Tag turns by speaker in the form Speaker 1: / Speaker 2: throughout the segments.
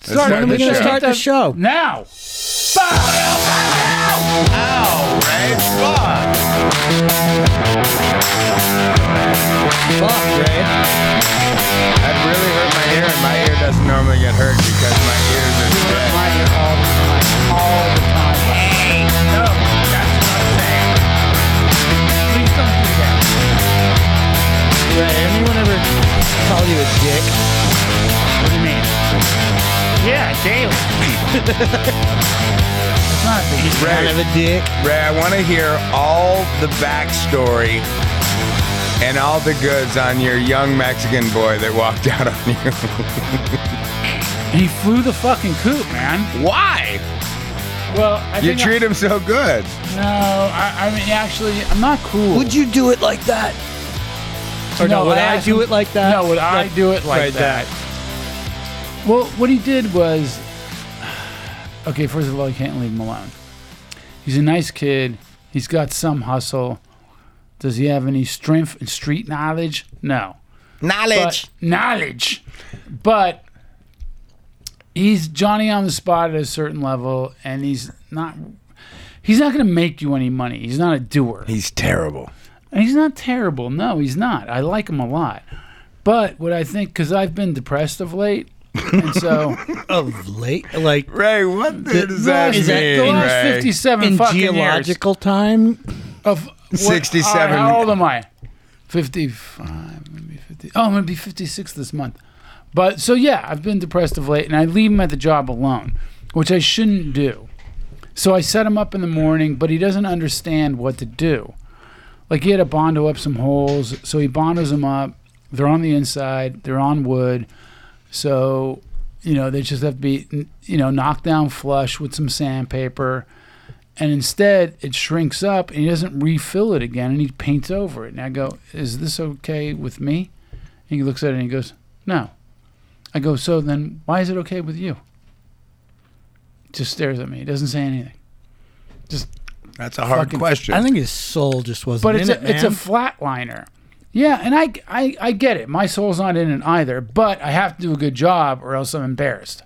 Speaker 1: start.
Speaker 2: When are we
Speaker 1: the
Speaker 2: gonna
Speaker 1: show.
Speaker 2: start the show?
Speaker 1: Now.
Speaker 3: Ow, Ray. Fuck.
Speaker 2: Fuck, Ray.
Speaker 3: That really hurt my ear, and my ear doesn't normally get hurt because my ears are dead.
Speaker 1: My ear all the time. All the time.
Speaker 3: No, that's what I'm saying.
Speaker 1: Please don't do that.
Speaker 2: Ray, anyone ever call you a dick?
Speaker 1: What do you mean? Yeah, daily. it's not a big deal.
Speaker 2: Kind
Speaker 3: Ray,
Speaker 2: of a dick.
Speaker 3: Ray, I want to hear all the backstory and all the goods on your young Mexican boy that walked out on you.
Speaker 1: He flew the fucking coop, man.
Speaker 3: Why?
Speaker 1: Well, I
Speaker 3: You
Speaker 1: think I-
Speaker 3: treat him so good.
Speaker 1: No, I, I mean actually, I'm not cool.
Speaker 2: Would you do it like that? Or no,
Speaker 1: No,
Speaker 2: would
Speaker 1: I
Speaker 2: I,
Speaker 1: asked
Speaker 2: do
Speaker 1: him-
Speaker 2: it like that?
Speaker 1: No, would I do it like
Speaker 2: Right,
Speaker 1: that? Well, what he did was, okay. First of all, you can't leave him alone. He's a nice kid. He's got some hustle. Does he have any strength and street knowledge? No.
Speaker 3: Knowledge.
Speaker 1: But, knowledge. But he's Johnny on the spot at a certain level, and he's not. He's not going to make you any money. He's not a doer.
Speaker 3: He's terrible.
Speaker 1: And he's not terrible. No, he's not. I like him a lot. But what I think, because I've been depressed of late, and so
Speaker 2: Of late, like
Speaker 3: Ray, what the, does that
Speaker 2: is that
Speaker 3: mean,
Speaker 1: the last
Speaker 3: Ray?
Speaker 1: fifty-seven
Speaker 2: in
Speaker 1: fucking
Speaker 2: geological time.
Speaker 1: years of what-
Speaker 3: 67.
Speaker 1: all right, how old am I? Fifty-five, maybe fifty. Oh, I'm gonna be fifty-six this month. But so yeah, I've been depressed of late, and I leave him at the job alone, which I shouldn't do. So I set him up in the morning, but he doesn't understand what to do. Like he had to bondo up some holes, so he bondos them up. They're on the inside. They're on wood, so you know they just have to be you know knocked down flush with some sandpaper. And instead, it shrinks up, and he doesn't refill it again, and he paints over it. And I go, "Is this okay with me?" And he looks at it and he goes, "No." I go, "So then, why is it okay with you?" Just stares at me. He doesn't say anything.
Speaker 3: That's a hard
Speaker 1: Fucking-
Speaker 3: question.
Speaker 2: I think his soul just wasn't
Speaker 1: But
Speaker 2: in
Speaker 1: it's
Speaker 2: it,
Speaker 1: a, it's a
Speaker 2: man.
Speaker 1: flatliner. Yeah, and I, I I get it. My soul's not in it either, but I have to do a good job or else I'm embarrassed.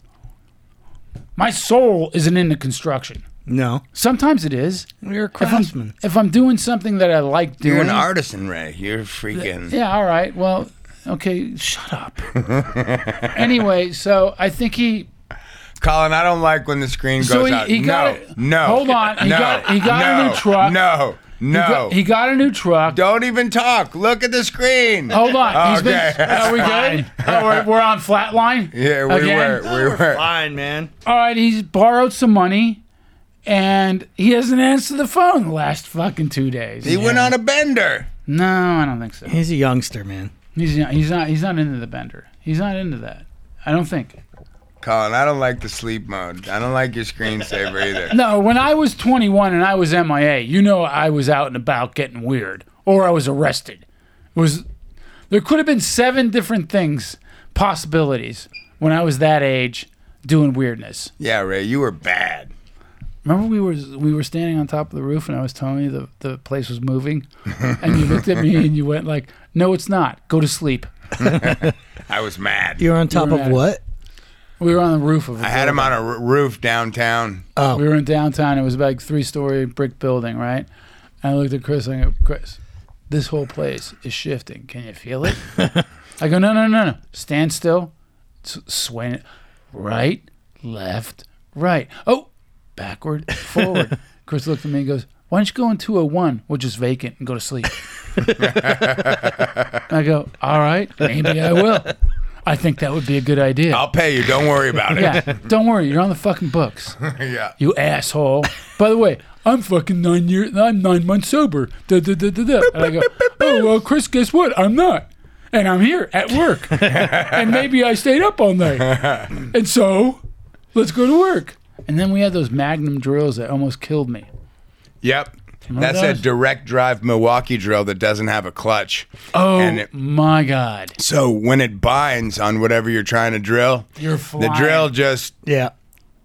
Speaker 1: My soul isn't into construction.
Speaker 2: no,
Speaker 1: Sometimes it is.
Speaker 2: you're a
Speaker 1: If
Speaker 2: craftsman.
Speaker 1: I'm, if I'm doing something that I like doing.
Speaker 3: You're an artisan, Ray. You're freaking.
Speaker 1: Yeah, all right. Well, okay, shut up. anyway, so I think he
Speaker 3: Colin, I don't like when the screen goes
Speaker 1: So he-
Speaker 3: out.
Speaker 1: he
Speaker 3: no,
Speaker 1: got it-
Speaker 3: no.
Speaker 1: Hold on, he
Speaker 3: no,
Speaker 1: got- he got a
Speaker 3: no,
Speaker 1: new truck.
Speaker 3: No,
Speaker 1: he,
Speaker 3: no.
Speaker 1: got, he got a new truck.
Speaker 3: Don't even talk. Look at the screen.
Speaker 1: Hold on. He's
Speaker 3: Okay.
Speaker 1: been, are we good? Oh, we're, we're on flatline?
Speaker 3: yeah, we
Speaker 1: Again?
Speaker 3: were. We were.
Speaker 2: Fine, man.
Speaker 1: All right, he's borrowed some money and he hasn't answered the phone the last fucking two days.
Speaker 3: He went on a bender.
Speaker 1: No, I don't think so.
Speaker 2: He's a youngster, man.
Speaker 1: He's not, he's not he's not into the bender. He's not into that. I don't think.
Speaker 3: Colin, I don't like the sleep mode. I don't like your screensaver either.
Speaker 1: No, when I was 21 and I was MIA, you know I was out and about getting weird or I was arrested. It was there could have been seven different things possibilities when I was that age doing weirdness.
Speaker 3: Yeah, Ray, you were bad.
Speaker 1: Remember we were we were standing on top of the roof and I was telling you the, the place was moving and you looked at me and you went like, "No, it's not. Go to sleep."
Speaker 3: I was mad.
Speaker 2: You're on top
Speaker 1: You're
Speaker 2: of
Speaker 1: mad.
Speaker 2: what?
Speaker 1: We were on the roof of
Speaker 3: I had him on a r- roof downtown.
Speaker 2: Oh,
Speaker 1: We were in downtown. It was about like three story brick building, right? And I looked at Chris and I go, Chris, this whole place is shifting. Can you feel it? I go, no, no, no, no. Stand still. S- swing it. Right, left, right. Oh, backward, forward. Chris looked at me and goes, why don't you go in 201? We'll just vacant and go to sleep. I go, all right, maybe I will. I think that would be a good idea.
Speaker 3: I'll pay you. Don't worry about it.
Speaker 1: yeah, don't worry. You're on the fucking books
Speaker 3: yeah.
Speaker 1: you asshole. By the way, I'm fucking nine years, I'm nine months sober. Da, da, da, da, da. And I go, oh, well, Chris, guess what? I'm not. And I'm here at work. and maybe I stayed up all night. And so, let's go to work. And then we had those magnum drills that almost killed me.
Speaker 3: Yep. That's a
Speaker 1: those?
Speaker 3: direct drive Milwaukee drill that doesn't have a clutch.
Speaker 1: Oh,
Speaker 3: And it-
Speaker 1: my God.
Speaker 3: So when it binds on whatever you're trying to drill,
Speaker 1: You're flying.
Speaker 3: the drill just
Speaker 2: yeah.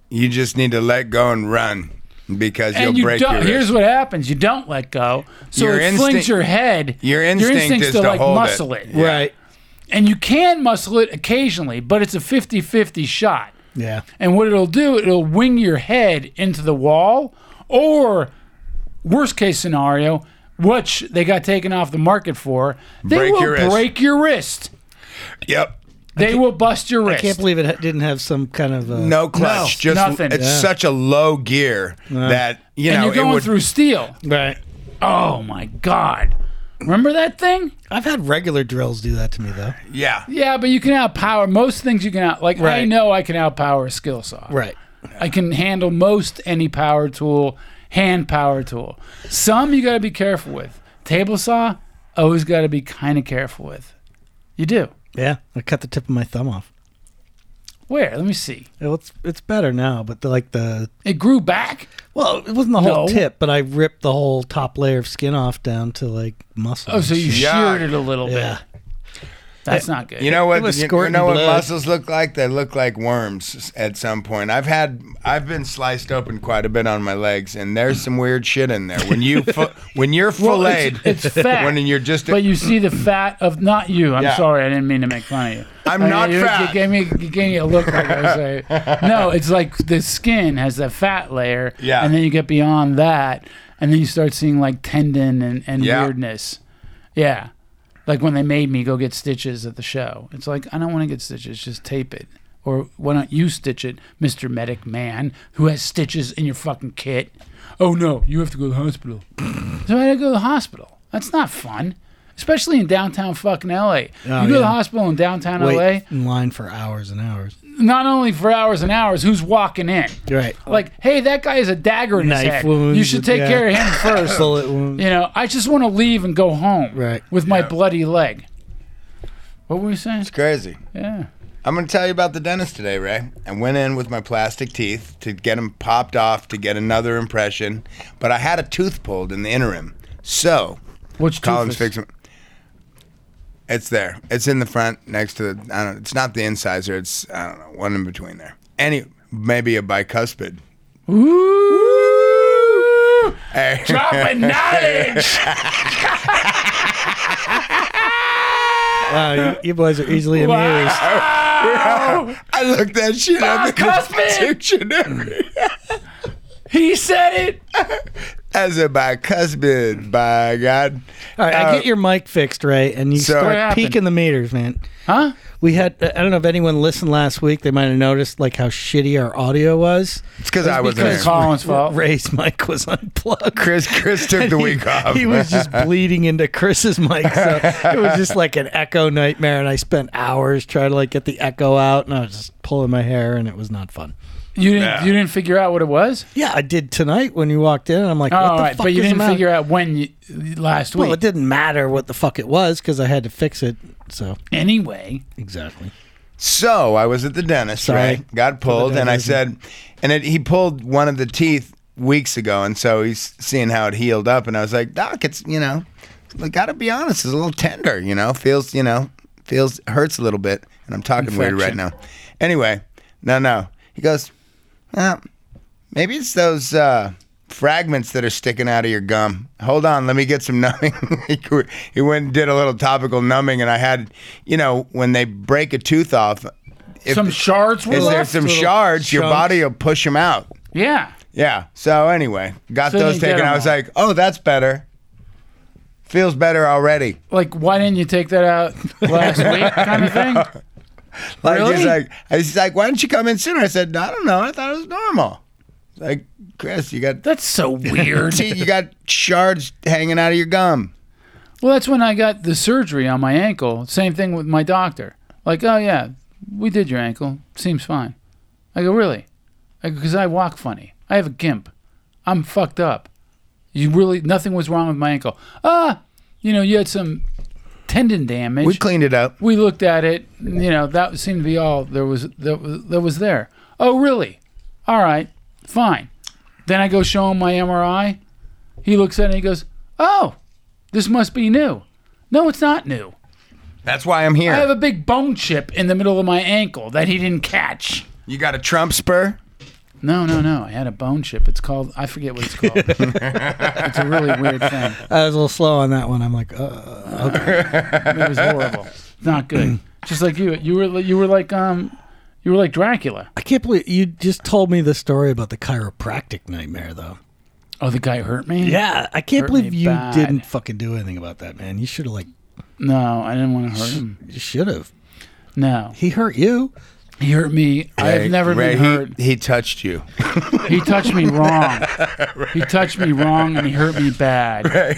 Speaker 3: you just need to let go and run because
Speaker 1: And
Speaker 3: you'll
Speaker 1: you
Speaker 3: break
Speaker 1: don't,
Speaker 3: your
Speaker 1: here's
Speaker 3: wrist.
Speaker 1: what happens. You don't let go. So
Speaker 3: Your
Speaker 1: it
Speaker 3: instinct-
Speaker 1: flings your head.
Speaker 3: your instinct
Speaker 1: instinct's
Speaker 3: is
Speaker 1: to,
Speaker 3: to
Speaker 1: like
Speaker 3: hold it.
Speaker 1: muscle it.
Speaker 3: Yeah.
Speaker 2: Right.
Speaker 1: And you can muscle it occasionally, but it's a 50 50 shot.
Speaker 2: Yeah.
Speaker 1: And what it'll do, it'll wing your head into the wall, or worst case scenario, which they got taken off the market for, they
Speaker 3: Break
Speaker 1: will
Speaker 3: your wrist.
Speaker 1: break your wrist.
Speaker 3: Yep.
Speaker 1: They will bust your wrist.
Speaker 2: Can't believe it ha- didn't have some kind of uh,
Speaker 3: No clutch. just
Speaker 1: nothing.
Speaker 3: it's
Speaker 1: Yeah.
Speaker 3: such a low gear that you
Speaker 1: and
Speaker 3: know
Speaker 1: you're going
Speaker 3: it would
Speaker 1: through steel.
Speaker 2: Right.
Speaker 1: Oh my god! Remember that thing?
Speaker 2: I've had regular drills do that to me though.
Speaker 3: yeah.
Speaker 1: Yeah, but you can outpower most things. You can out like I
Speaker 2: Right.
Speaker 1: know I can outpower a skill saw.
Speaker 2: Right.
Speaker 1: I can handle most any power tool, hand power tool. Some you got to be careful with. Table saw, always got to be kind of careful with. You do.
Speaker 2: Yeah. I cut the tip of my thumb off.
Speaker 1: Where? Let me see.
Speaker 2: Well, it's it's better now, but the, like the
Speaker 1: It grew back.
Speaker 2: well, it wasn't the whole
Speaker 1: No.
Speaker 2: tip, but I ripped the whole top layer of skin off down to like muscle.
Speaker 1: Oh, so you
Speaker 3: Yeah.
Speaker 1: sheared it a little
Speaker 2: yeah.
Speaker 1: bit. That's not good.
Speaker 3: You know
Speaker 2: It
Speaker 3: what?
Speaker 2: was
Speaker 3: You, you
Speaker 2: squirting
Speaker 3: know what
Speaker 2: blood.
Speaker 3: muscles look like? They look like worms s- at some point. I've had I've been sliced open quite a bit on my legs, and there's some weird shit in there. When you fu- when you're
Speaker 1: Well,
Speaker 3: filleted,
Speaker 1: it's, it's fat.
Speaker 3: when you're just
Speaker 1: but you see the fat of not you. I'm
Speaker 3: Yeah.
Speaker 1: sorry, I didn't mean to make fun of you.
Speaker 3: I'm
Speaker 1: I-
Speaker 3: not
Speaker 1: you,
Speaker 3: fat.
Speaker 1: You gave me you gave me a look like I was like, no. It's like the skin has that fat layer,
Speaker 3: Yeah.
Speaker 1: and then you get beyond that, and then you start seeing like tendon and, and
Speaker 3: Yeah.
Speaker 1: weirdness. Yeah, like when they made me go get stitches at the show. It's like I don't want to get stitches. Just tape it. Or why don't you stitch it, Mr. Medic Man, who has stitches in your fucking kit? Oh no, you have to go to the hospital. So I had to go to the hospital. That's not fun, especially in downtown fucking LA.
Speaker 2: Oh,
Speaker 1: you go to the
Speaker 2: yeah.
Speaker 1: hospital in downtown
Speaker 2: Wait in line for hours and hours.
Speaker 1: LA, not only for hours and hours, who's walking in?
Speaker 2: Right.
Speaker 1: Like, hey, that guy has Oh, a dagger in his
Speaker 2: Knife
Speaker 1: head.
Speaker 2: wounds,
Speaker 1: you should take
Speaker 2: yeah.
Speaker 1: care of him first.
Speaker 2: Bullet wound.
Speaker 1: you know, I just want to leave and go home
Speaker 2: Right.
Speaker 1: with my bloody leg. What were we saying?
Speaker 3: crazy.
Speaker 1: Yeah.
Speaker 3: I'm going to tell you about the dentist today, Ray. I went in with my plastic teeth to get them popped off to get another impression, but I had a tooth pulled in the interim. So,
Speaker 1: Which
Speaker 3: Colin's
Speaker 1: toothpaste?
Speaker 3: fixing. It's there. It's in the front next to the. I don't. It's not the incisor. It's I don't know. One in between there. Any maybe a bicuspid.
Speaker 1: Ooh.
Speaker 3: Hey.
Speaker 1: Dropping knowledge.
Speaker 2: Wow, you, you boys are easily amused.
Speaker 1: Wow.
Speaker 3: I looked that shit up in
Speaker 1: Bicuspid!
Speaker 3: the dictionary.
Speaker 1: he said it.
Speaker 3: As a bicuspid, by God.
Speaker 2: All right, I
Speaker 3: Uh,
Speaker 2: get your mic fixed, Ray, and you
Speaker 3: so- What
Speaker 2: start
Speaker 1: happened?
Speaker 2: peeking the meters, man.
Speaker 1: Huh?
Speaker 2: We had I don't know if anyone listened last week. They might have noticed like how shitty our audio was.
Speaker 3: It's because I wasn't
Speaker 1: Because
Speaker 3: there.
Speaker 1: Colin's fault.
Speaker 2: Ray's mic was unplugged.
Speaker 3: Chris, Chris took the week off.
Speaker 2: He was just bleeding into Chris's mic, so it was just like an echo nightmare. And I spent hours trying to like get the echo out, and I was just pulling my hair, and it was not fun.
Speaker 1: You didn't.
Speaker 3: Yeah.
Speaker 1: You didn't figure out what it was.
Speaker 2: Yeah, I did tonight when you walked in. and I'm like,
Speaker 1: Oh,
Speaker 2: what
Speaker 1: all
Speaker 2: the
Speaker 1: right,
Speaker 2: fuck
Speaker 1: but you
Speaker 2: is the
Speaker 1: didn't
Speaker 2: matter?
Speaker 1: figure out when you, last
Speaker 2: Well, it
Speaker 1: week.
Speaker 2: didn't matter what the fuck it was because I had to fix it. So
Speaker 1: Anyway,
Speaker 2: exactly.
Speaker 3: So I was at the dentist,
Speaker 2: Sorry.
Speaker 3: right? Got pulled, and I
Speaker 2: dentist.
Speaker 3: said, and it, he pulled one of the teeth weeks ago, and so he's seeing how it healed up, and I was like, Doc, it's you know, I gotta be honest, it's a little tender, you know, feels you know, feels hurts a little bit, and I'm talking weird right
Speaker 1: Infection.
Speaker 3: now. Anyway, no, no, he goes, uh, maybe it's those. Uh, Fragments that are sticking out of your gum. Hold on, let me get some numbing. he went and did a little topical numbing, and I had, you know, when they break a tooth off, if,
Speaker 1: some shards were
Speaker 3: is there
Speaker 1: left.
Speaker 3: some
Speaker 2: little
Speaker 3: shards? Your
Speaker 2: chunks.
Speaker 3: body will push them out.
Speaker 1: yeah,
Speaker 3: Yeah. So anyway, got
Speaker 1: So
Speaker 3: those
Speaker 1: you get
Speaker 3: taken.
Speaker 1: 'em
Speaker 3: I was
Speaker 1: all.
Speaker 3: like, oh, that's better. Feels better already.
Speaker 1: like why didn't you take that out last week, kind of thing?
Speaker 3: Like he's
Speaker 1: Really?
Speaker 3: like, he's like, why didn't you come in sooner? I said, I don't know. I thought it was normal. He's Like Chris, you got
Speaker 1: That's so weird.
Speaker 3: teeth, you got shards hanging out of your gum.
Speaker 1: well, that's when I got the surgery on my ankle. Same thing with my doctor. Like, oh yeah, we did your ankle. Seems fine. I go really, because I walk funny. I have a gimp. I'm fucked up. You really nothing was wrong with my ankle. Ah, you know you had some tendon damage.
Speaker 3: We cleaned it up.
Speaker 1: we looked at it. You know, that seemed to be all there was that was, that was there. Oh, really? All right, fine. Then I go show him my MRI. He looks at it and he goes, "Oh, this must be new." No, it's not new.
Speaker 3: That's why I'm here.
Speaker 1: I have a big bone chip in the middle of my ankle that he didn't catch.
Speaker 3: you got a Trump spur.
Speaker 1: No, no, no. I had a bone chip. It's called I forget what it's called. it's a really weird thing.
Speaker 2: I was a little slow on that one. I'm like, uh,
Speaker 1: It was horrible. Not good. Just like you, you were you were like um, You were like Dracula.
Speaker 2: I can't believe you just told me the story about the chiropractic nightmare, though.
Speaker 1: Oh, the guy hurt me?
Speaker 2: Yeah, I can't
Speaker 1: Hurt me
Speaker 2: believe you
Speaker 1: bad.
Speaker 2: didn't fucking do anything about that, man. You should have like,
Speaker 1: No, I didn't want to hurt him.
Speaker 2: you should have.
Speaker 1: No.
Speaker 2: He hurt you.
Speaker 1: He hurt me. I
Speaker 3: Ray-
Speaker 1: have never
Speaker 3: Ray,
Speaker 1: been
Speaker 3: he-
Speaker 1: hurt.
Speaker 3: He, touched you.
Speaker 1: He touched me wrong. He touched me wrong and he hurt me bad.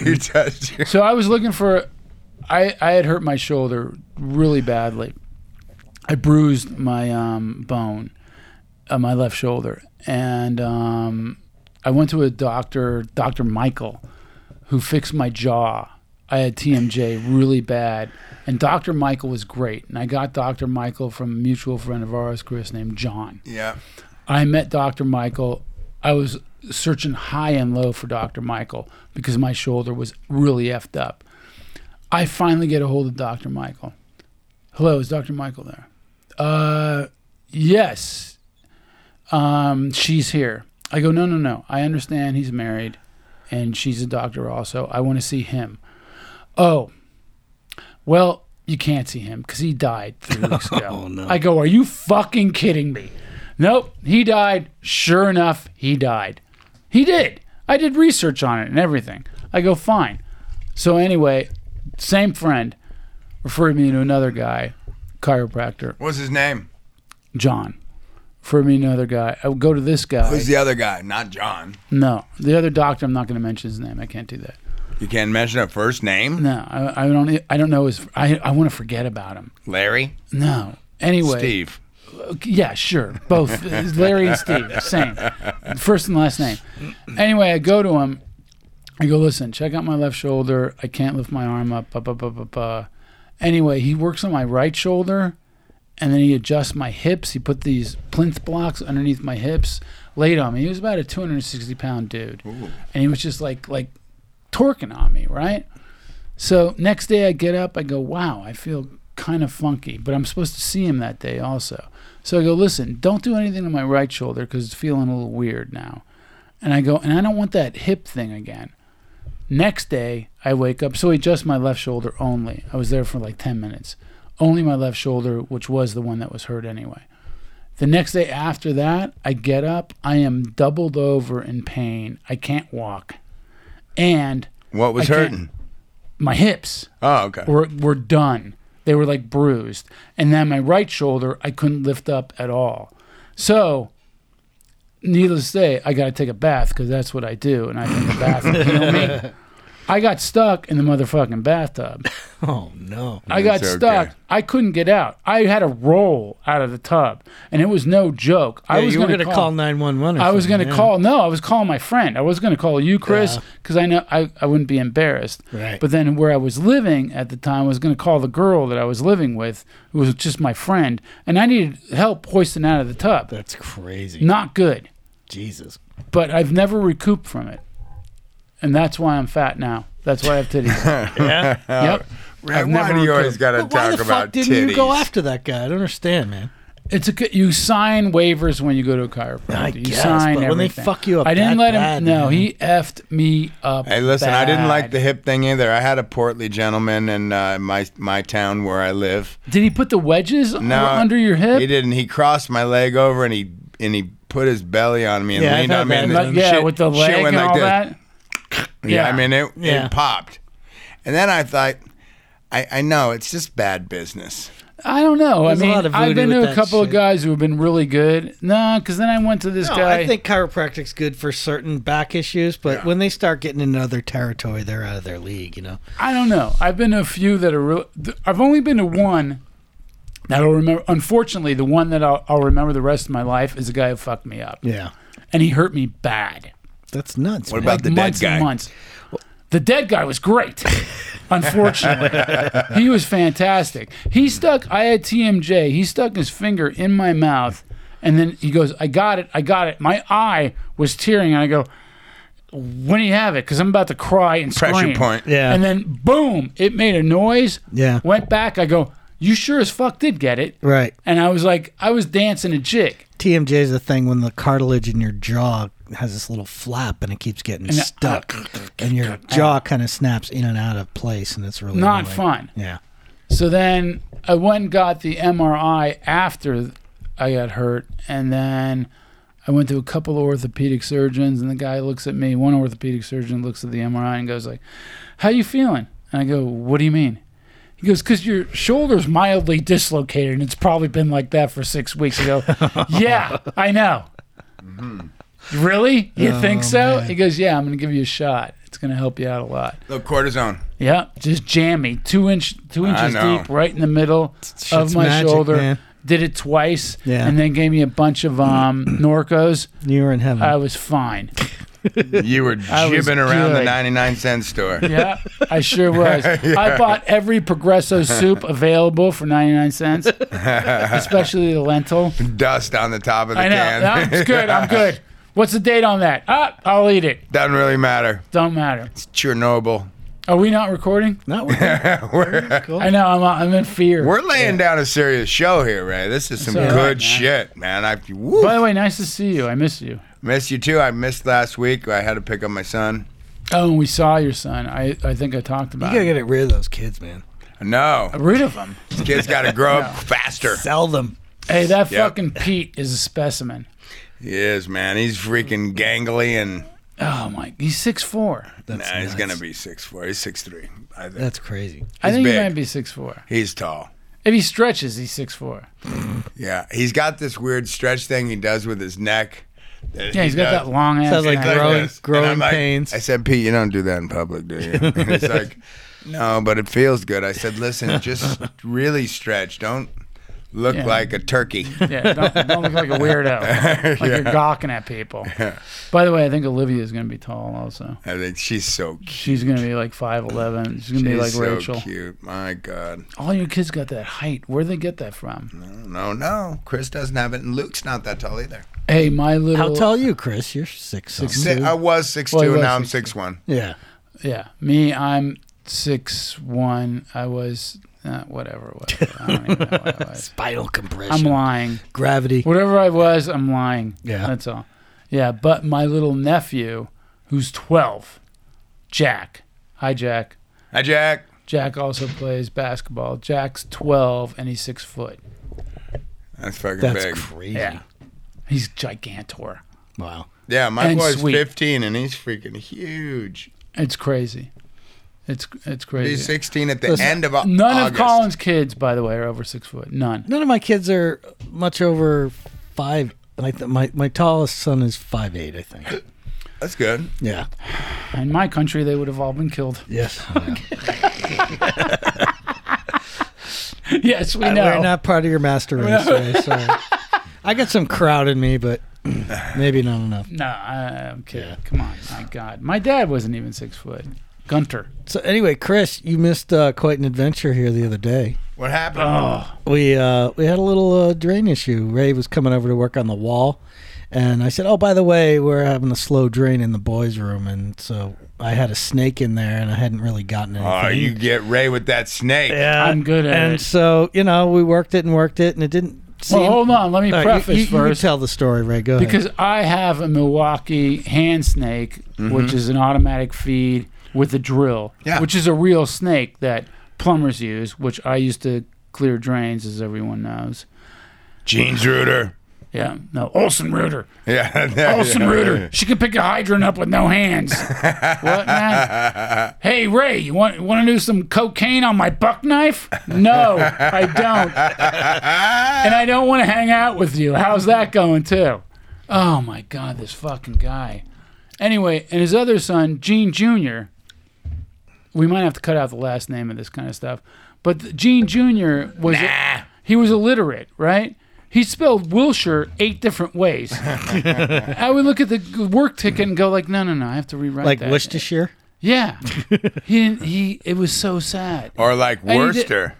Speaker 3: he touched you.
Speaker 1: So I was looking for I I had hurt my shoulder really badly. I bruised my um, bone on my left shoulder and um, I went to a doctor, Dr. Michael, who fixed my jaw. I had TMJ really bad and Dr. Michael was great. And I got Dr. Michael from a mutual friend of ours, Chris named John.
Speaker 3: Yeah.
Speaker 1: I met Dr. Michael. I was searching high and low for Dr. Michael because my shoulder was really effed up. I finally get a hold of Dr. Michael. Hello, is Dr. Michael there? Uh, yes. Um, she's here. I go, no, no, no. I understand he's married and she's a doctor also. I want to see him. Oh, well, you can't see him because he died three weeks ago.
Speaker 2: Oh, no.
Speaker 1: I go, are you fucking kidding me? Nope, he died. Sure enough, he died. He did. I did research on it and everything. I go, fine. So, anyway, same friend referred me to another guy, chiropractor,
Speaker 3: What's his name?
Speaker 1: John. Referred me to another guy. I would go to this guy.
Speaker 3: Who's the other guy? Not John.
Speaker 1: No, the other doctor. I'm not going to mention his name. I can't do that.
Speaker 3: You can't mention a first name.
Speaker 1: No, I, I don't. I don't know his. I I want to forget about him.
Speaker 3: Larry.
Speaker 1: No. Anyway,
Speaker 3: Steve.
Speaker 1: yeah, sure. Both Larry and Steve, same. First and last name. Anyway, I go to him. I go, listen, check out my left shoulder. I can't lift my arm up. Bah, bah, bah, bah, bah. Anyway, he works on my right shoulder and then he adjusts my hips. He put these plinth blocks underneath my hips, laid on me. He was about a 260 pound dude. And he was just like, like torquing on me, right? So next day I get up, I go, wow, I feel kind of funky, but I'm supposed to see him that day also. So I go, listen, don't do anything to my right shoulder because it's feeling a little weird now. And I go, and I don't want that hip thing again. Next day I wake up, so he adjusts my left shoulder only. I was there for like 10 minutes. Only my left shoulder, which was the one that was hurt anyway. The next day after that, I get up. I am doubled over in pain. I can't walk. And
Speaker 3: What was
Speaker 1: I can't-
Speaker 3: hurting?
Speaker 1: my hips
Speaker 3: Oh, okay.
Speaker 1: were were done. They were like bruised. And then my right shoulder I couldn't lift up at all. So needless to say, I gotta take a bath because that's what I do, and I take a bath and heal me. I got stuck in the motherfucking bathtub.
Speaker 2: Oh no.
Speaker 1: I got
Speaker 3: That's
Speaker 1: stuck.
Speaker 3: okay.
Speaker 1: I couldn't get out. I had to roll out of the tub, and it was no joke. I
Speaker 2: Yeah,
Speaker 1: was
Speaker 2: you were
Speaker 1: going
Speaker 2: gonna
Speaker 1: to
Speaker 2: call nine one one.
Speaker 1: I was going to call. No, I was calling my friend. I was going to call you, Chris,
Speaker 2: Yeah.
Speaker 1: because I know I, I wouldn't be embarrassed.
Speaker 2: Right.
Speaker 1: But then where I was living at the time, I was going to call the girl that I was living with, who was just my friend, and I needed help hoisting out of the tub.
Speaker 2: That's crazy.
Speaker 1: Not good,
Speaker 2: Jesus.
Speaker 1: but I've never recouped from it, and that's why I'm fat now. That's why I have titties.
Speaker 2: Yeah.
Speaker 1: yep.
Speaker 3: Ray,
Speaker 1: I've
Speaker 3: why
Speaker 1: never
Speaker 3: do you always
Speaker 1: recouped.
Speaker 3: got to
Speaker 2: But why
Speaker 3: talk
Speaker 2: the
Speaker 3: about
Speaker 2: fuck didn't
Speaker 3: titties?
Speaker 2: you go after that guy? I don't understand, man.
Speaker 1: It's a good- you sign waivers when you go to a chiropractor.
Speaker 2: I
Speaker 1: you
Speaker 2: guess,
Speaker 1: sign
Speaker 2: but when they
Speaker 1: everything.
Speaker 2: fuck you up
Speaker 1: I didn't
Speaker 2: that
Speaker 1: let him.
Speaker 2: bad,
Speaker 1: no,
Speaker 2: man.
Speaker 1: he effed me up.
Speaker 3: Hey, listen, I didn't like
Speaker 1: bad.
Speaker 3: the hip thing either. I had a portly gentleman in uh, my my town where I live.
Speaker 1: Did he put the wedges
Speaker 3: No,
Speaker 1: under your hip?
Speaker 3: He didn't. He crossed my leg over and he and he put his belly on me and
Speaker 2: Yeah, I've
Speaker 3: leaned
Speaker 2: had
Speaker 3: on me.
Speaker 2: that.
Speaker 3: And
Speaker 2: Like,
Speaker 3: his
Speaker 1: yeah,
Speaker 3: shit-
Speaker 1: with the
Speaker 3: shit
Speaker 1: leg
Speaker 3: went
Speaker 1: and
Speaker 3: like
Speaker 1: all
Speaker 3: this.
Speaker 1: that.
Speaker 3: Yeah, I
Speaker 1: Yeah.
Speaker 3: mean it,
Speaker 2: Yeah.
Speaker 3: it popped. And then I thought, I, I know it's just bad business.
Speaker 1: I don't know. I
Speaker 2: There's a
Speaker 1: mean,
Speaker 2: lot of
Speaker 1: I've
Speaker 2: voodoo
Speaker 1: been to
Speaker 2: with
Speaker 1: a
Speaker 2: that
Speaker 1: couple of
Speaker 2: shit.
Speaker 1: guys who have been really good. Nah, because then I went to this
Speaker 2: No,
Speaker 1: guy.
Speaker 2: I think chiropractic's good for certain back issues, but when they start getting into other territory, they're out of their league. You know.
Speaker 1: I don't know. I've been to a few that are real. th- I've only been to one that I'll remember. Unfortunately, the one that I'll, I'll remember the rest of my life is the guy who fucked me up,
Speaker 2: Yeah.
Speaker 1: and he hurt me bad.
Speaker 2: That's nuts.
Speaker 3: What
Speaker 2: man.
Speaker 3: about the dead
Speaker 1: months
Speaker 3: guy?
Speaker 1: and months. The dead guy was great. Unfortunately, he was fantastic. He stuck. I had TMJ. He stuck his finger in my mouth, and then he goes, "I got it. I got it." My eye was tearing, and I go, "When do you have it?" Because I'm about to cry and
Speaker 3: Pressure
Speaker 1: scream.
Speaker 3: point.
Speaker 2: Yeah.
Speaker 1: And then boom, it made a noise.
Speaker 2: Yeah.
Speaker 1: Went back. I go, "You sure as fuck did get it."
Speaker 2: Right.
Speaker 1: And I was like, I was dancing a jig.
Speaker 2: TMJ is the thing when the cartilage in your jaw has this little flap and it keeps getting
Speaker 1: it-
Speaker 2: stuck, and your jaw kind of snaps in and out of place, and it's really
Speaker 1: Not
Speaker 2: annoying.
Speaker 1: fun.
Speaker 2: Yeah.
Speaker 1: So then I went and got the MRI after I got hurt, and then I went to a couple of orthopedic surgeons, and the guy looks at me. One orthopedic surgeon looks at the MRI and goes like, "How you feeling?" And I go, "What do you mean?" He goes, "Cause your shoulder's mildly dislocated, and it's probably been like that for six weeks." I go, "Yeah, I know." Really? You think so? He goes, "Yeah, I'm gonna give you a shot. It's gonna help you out a lot."
Speaker 3: Look, cortisone.
Speaker 1: Yeah, just jammy, two inch, two inches
Speaker 3: know.
Speaker 1: deep, right in the middle of
Speaker 2: shit's
Speaker 1: my
Speaker 2: magic,
Speaker 1: shoulder.
Speaker 2: man.
Speaker 1: Did it twice,
Speaker 2: Yeah.
Speaker 1: and then gave me a bunch of um, Norcos.
Speaker 2: You're in heaven.
Speaker 1: I was fine.
Speaker 3: You were
Speaker 1: was
Speaker 3: jibbing around the
Speaker 1: good.
Speaker 3: 99 cent store.
Speaker 1: Yeah, I sure was. I bought every Progresso soup available for ninety nine cents, especially the lentil.
Speaker 3: Dust on the top of the
Speaker 1: I know
Speaker 3: can.
Speaker 1: that's good. I'm good. What's the date on that? Ah, I'll eat it.
Speaker 3: Doesn't really matter.
Speaker 1: Don't matter.
Speaker 3: It's Chernobyl.
Speaker 1: Are we not recording?
Speaker 2: Not with me.
Speaker 3: we're,
Speaker 2: cool.
Speaker 1: I know. I'm I'm in fear.
Speaker 3: we're laying down a serious show here, Ray. This is some
Speaker 1: all right,
Speaker 3: good
Speaker 1: man.
Speaker 3: shit, man. I woo,
Speaker 1: By the way, nice to see you. I miss you.
Speaker 3: missed you too. I missed last week. I had to pick up my son.
Speaker 1: Oh, and we saw your son. I, I think I talked
Speaker 2: You
Speaker 1: about.
Speaker 2: gotta
Speaker 1: it.
Speaker 2: get rid of those kids, man.
Speaker 3: No,
Speaker 1: rid of him.
Speaker 3: kids got to grow up faster.
Speaker 2: Sell them.
Speaker 1: Hey, that
Speaker 3: Yep.
Speaker 1: fucking Pete is a specimen.
Speaker 3: He is, man. He's freaking gangly and
Speaker 1: Oh my, he's six four.
Speaker 2: That's
Speaker 3: nah, he's
Speaker 2: nuts.
Speaker 3: gonna be six four. He's six three. I think
Speaker 2: That's crazy.
Speaker 1: I
Speaker 3: He's
Speaker 1: think he
Speaker 3: big.
Speaker 1: might be six four.
Speaker 3: he's tall.
Speaker 1: If he stretches, he's six four.
Speaker 3: Yeah, he's got this weird stretch thing he does with his neck.
Speaker 1: Yeah, he's got that long ass.
Speaker 2: Sounds like
Speaker 1: neck.
Speaker 2: growing-
Speaker 3: this. And
Speaker 2: growing
Speaker 3: I'm like-
Speaker 2: pains.
Speaker 3: I said, Pete, you don't do that in public, do you? And he's like, No, but it feels good. I said, Listen, just really stretch. Don't look
Speaker 1: Yeah.
Speaker 3: like a turkey.
Speaker 1: yeah, don't, don't look like a weirdo. Like you're gawking at people. By the way, I think Olivia is going to be tall also.
Speaker 3: I think she's so cute.
Speaker 1: She's going to be like five eleven. She's going to be
Speaker 3: She's
Speaker 1: like
Speaker 3: so
Speaker 1: Rachel.
Speaker 3: cute. My God.
Speaker 1: All your kids got that height. Where would they get that from?
Speaker 3: No, no. Chris doesn't have it, and Luke's not that tall either.
Speaker 1: Hey, my little.
Speaker 2: How tall are you, Chris? You're six. Six.
Speaker 3: Si- I was six
Speaker 1: Well, he
Speaker 3: two, and
Speaker 1: was
Speaker 3: now I'm
Speaker 1: 6'2".
Speaker 3: six one.
Speaker 2: Yeah.
Speaker 1: Yeah, me. I'm six one. I was uh, whatever it was. I don't even know what I was.
Speaker 2: Spinal compression.
Speaker 1: I'm lying.
Speaker 2: Gravity.
Speaker 1: Whatever I was, I'm lying.
Speaker 2: Yeah.
Speaker 1: that's all. Yeah, but my little nephew, who's twelve, Jack. Hi, Jack.
Speaker 3: Hi, Jack.
Speaker 1: Jack also plays basketball. Jack's twelve and he's six foot.
Speaker 3: That's fucking
Speaker 2: That's
Speaker 3: big.
Speaker 2: crazy.
Speaker 1: Yeah, he's gigantor.
Speaker 2: Wow.
Speaker 3: yeah, my
Speaker 1: and
Speaker 3: boy's
Speaker 1: sweet.
Speaker 3: 15, and he's freaking huge.
Speaker 1: It's crazy. It's it's crazy.
Speaker 3: He's 16 at the
Speaker 2: Listen,
Speaker 3: end of Au-
Speaker 1: None
Speaker 3: August.
Speaker 1: of Colin's kids, by the way, are over six foot. None.
Speaker 2: None of my kids are much over five. I th- my my tallest son is five eight. I think.
Speaker 3: That's good.
Speaker 2: Yeah.
Speaker 1: In my country, they would have all been killed.
Speaker 2: Yes.
Speaker 1: yes, we know.
Speaker 2: We're not part of your master race. Ray, sorry. I got some crowd in me, but maybe not enough.
Speaker 1: No, I, I'm kidding.
Speaker 2: Yeah.
Speaker 1: Come on, my God, my dad wasn't even six foot. Gunter.
Speaker 2: So anyway, Chris, you missed uh, quite an adventure here the other day.
Speaker 3: What happened?
Speaker 1: Oh,
Speaker 2: we uh, we had a little uh, drain issue. Ray was coming over to work on the wall, and I said, "Oh, by the way, we're having a slow drain in the boys' room," and so I had a snake in there, and I hadn't really gotten anything.
Speaker 3: Oh, you get Ray with that snake.
Speaker 2: yeah,
Speaker 1: I'm good at
Speaker 2: and
Speaker 1: it.
Speaker 2: so you know, we worked it and worked it, and it didn't. Seem,
Speaker 1: well, hold on. Let me
Speaker 2: All right, you-
Speaker 1: preface
Speaker 2: you, you
Speaker 1: first
Speaker 2: tell the story, Ray. Go ahead.
Speaker 1: because I have a Milwaukee hand snake, which
Speaker 2: Mm-hmm.
Speaker 1: is an automatic feed with a drill,
Speaker 3: Yeah.
Speaker 1: which is a real snake that plumbers use, which I used to clear drains, as everyone knows.
Speaker 3: Jeans Rooter.
Speaker 1: Yeah, no, Olson Rooter.
Speaker 3: Yeah.
Speaker 1: Olson Rooter. She can pick a hydrant up with no hands. what, man? Hey, Ray, you want want to do some cocaine on my buck knife? No, I don't. And I don't want to hang out with you. How's that going, too? Oh, my God, this fucking guy. Anyway, and his other son, Gene Jr., we might have to cut out the last name of this kind of stuff, but th- Gene Jr. was. He was illiterate, right? He spelled Wilshire eight different ways. I would look at the g- work ticket and go like, no, no, no, I have to rewrite
Speaker 2: like
Speaker 1: that.
Speaker 2: Worcestershire.
Speaker 1: Yeah, he didn't. He it was so sad.
Speaker 3: Or like
Speaker 1: did-
Speaker 3: Worcester.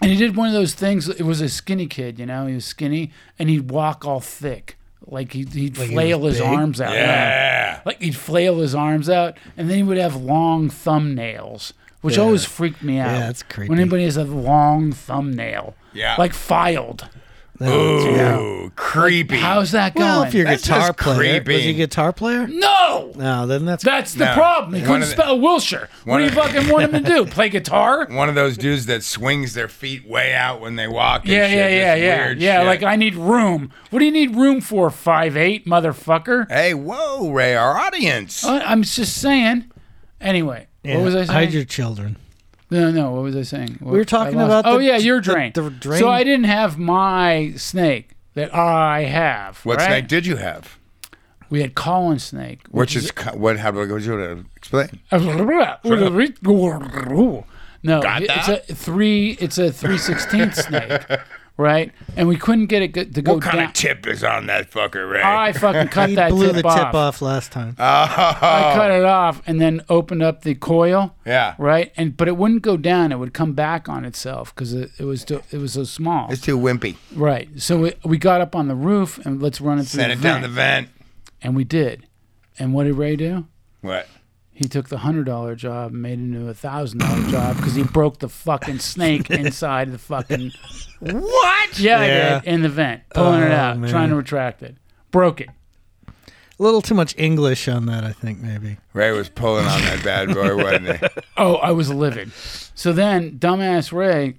Speaker 1: And he did one of those things. It was a skinny kid, you know. He was skinny, and he'd walk all thick, like he'd, he'd flail his
Speaker 2: big?
Speaker 1: arms out.
Speaker 3: Yeah.
Speaker 1: like he'd flail his arms out, and then he would have long thumbnails, which
Speaker 2: Yeah.
Speaker 1: always freaked me out.
Speaker 2: that's creepy.
Speaker 1: When anybody has a long thumbnail,
Speaker 3: Yeah.
Speaker 1: like filed.
Speaker 2: That-
Speaker 3: Ooh, creepy.
Speaker 1: How's that going?
Speaker 2: Well, if you're a
Speaker 3: That's
Speaker 2: guitar
Speaker 3: just
Speaker 2: player, was
Speaker 3: creepy.
Speaker 2: he a guitar player?
Speaker 1: no,
Speaker 2: No, then that's
Speaker 1: that's the
Speaker 3: No.
Speaker 1: problem. He
Speaker 3: One
Speaker 1: couldn't
Speaker 3: of the-
Speaker 1: spell Wilshire. What
Speaker 3: one
Speaker 1: do you
Speaker 3: of the-
Speaker 1: fucking want him to do? Play guitar?
Speaker 3: One of those dudes that swings their feet way out when they walk. And
Speaker 1: Yeah,
Speaker 3: shit,
Speaker 1: yeah,
Speaker 3: just
Speaker 1: yeah, yeah,
Speaker 3: weird
Speaker 1: yeah.
Speaker 3: shit.
Speaker 1: Like I need room. What do you need room for? Five eight, motherfucker.
Speaker 3: Hey, whoa, Ray, our audience.
Speaker 1: I- I'm just saying. Anyway,
Speaker 2: Yeah,
Speaker 1: what was I saying?
Speaker 2: Hide your children.
Speaker 1: No, no. What was I saying? What-
Speaker 2: were talking
Speaker 1: I lost-
Speaker 2: about
Speaker 1: Oh
Speaker 2: the-
Speaker 1: yeah, your
Speaker 2: the-
Speaker 1: drain.
Speaker 2: the drain.
Speaker 1: So I didn't have my snake that I have.
Speaker 3: what
Speaker 1: right?
Speaker 3: snake did you have?
Speaker 1: We had Colin snake.
Speaker 3: Which is co- what? How do I go? You gotta explain.
Speaker 1: No,
Speaker 3: Got
Speaker 1: it's a
Speaker 3: that?
Speaker 1: three. It's a three sixteenth snake, right? And we couldn't get it go- to go
Speaker 3: What kind
Speaker 1: down.
Speaker 3: of tip is on that fucker, Ray?
Speaker 1: Oh, I fucking cut
Speaker 2: He
Speaker 1: that
Speaker 2: blew
Speaker 1: tip
Speaker 2: the
Speaker 1: off.
Speaker 2: tip off last time.
Speaker 1: I cut it off and then opened up the coil.
Speaker 3: Yeah.
Speaker 1: Right. And but it wouldn't go down. It would come back on itself because it, it was too, it was so small.
Speaker 3: It's too wimpy.
Speaker 1: right. So we, we got up on the roof and let's run it through
Speaker 3: Send
Speaker 1: the
Speaker 3: it down the
Speaker 1: vent.
Speaker 3: vent.
Speaker 1: and we did. And what did Ray do?
Speaker 3: What?
Speaker 1: He took the hundred dollar job and made it into a thousand dollar job because he broke the fucking snake inside the fucking.
Speaker 3: What?
Speaker 1: Yeah, I
Speaker 2: Yeah.
Speaker 1: did in the vent, pulling it
Speaker 2: Oh,
Speaker 1: out,
Speaker 2: man.
Speaker 1: trying to retract it, broke it.
Speaker 2: A little too much English on that, I think maybe.
Speaker 3: Ray was pulling on that bad boy, wasn't he?
Speaker 1: Oh, I was livid. So then, dumbass Ray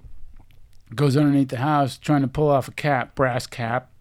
Speaker 1: goes underneath the house trying to pull off a cap, brass cap,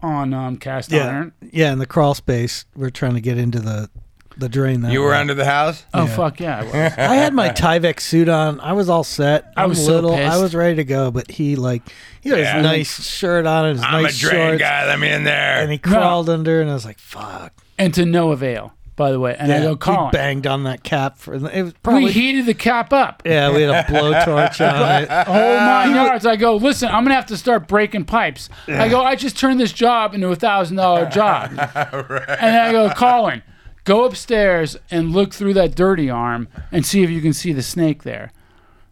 Speaker 1: on um, cast iron.
Speaker 2: yeah. In the crawl space, we're trying to get into the the drain. That
Speaker 3: You were
Speaker 2: way.
Speaker 3: under the house.
Speaker 1: Oh
Speaker 2: Yeah.
Speaker 1: fuck yeah! I was.
Speaker 2: I had my Tyvek suit on. I was all set.
Speaker 1: I
Speaker 2: I'm
Speaker 1: was so
Speaker 2: little. I
Speaker 1: pissed.
Speaker 2: was ready to go, but he like he had
Speaker 3: Yeah.
Speaker 2: his nice shirt on and his
Speaker 3: I'm
Speaker 2: nice
Speaker 3: a drain
Speaker 2: shorts,
Speaker 3: guy. Let me in there.
Speaker 2: and he crawled under, and I was like, "Fuck!"
Speaker 1: and to no avail, by the way. And I
Speaker 2: Yeah,
Speaker 1: go,
Speaker 2: he
Speaker 1: Colin,
Speaker 2: banged on that cap for it was
Speaker 1: we
Speaker 2: probably
Speaker 1: heated the cap up.
Speaker 2: yeah. We had a blowtorch on it.
Speaker 1: whole nine yards. I go, listen, I'm gonna have to start breaking pipes. I go, I just turned this job into a thousand dollar job, and I go, Colin, go upstairs and look through that dirty arm and see if you can see the snake there.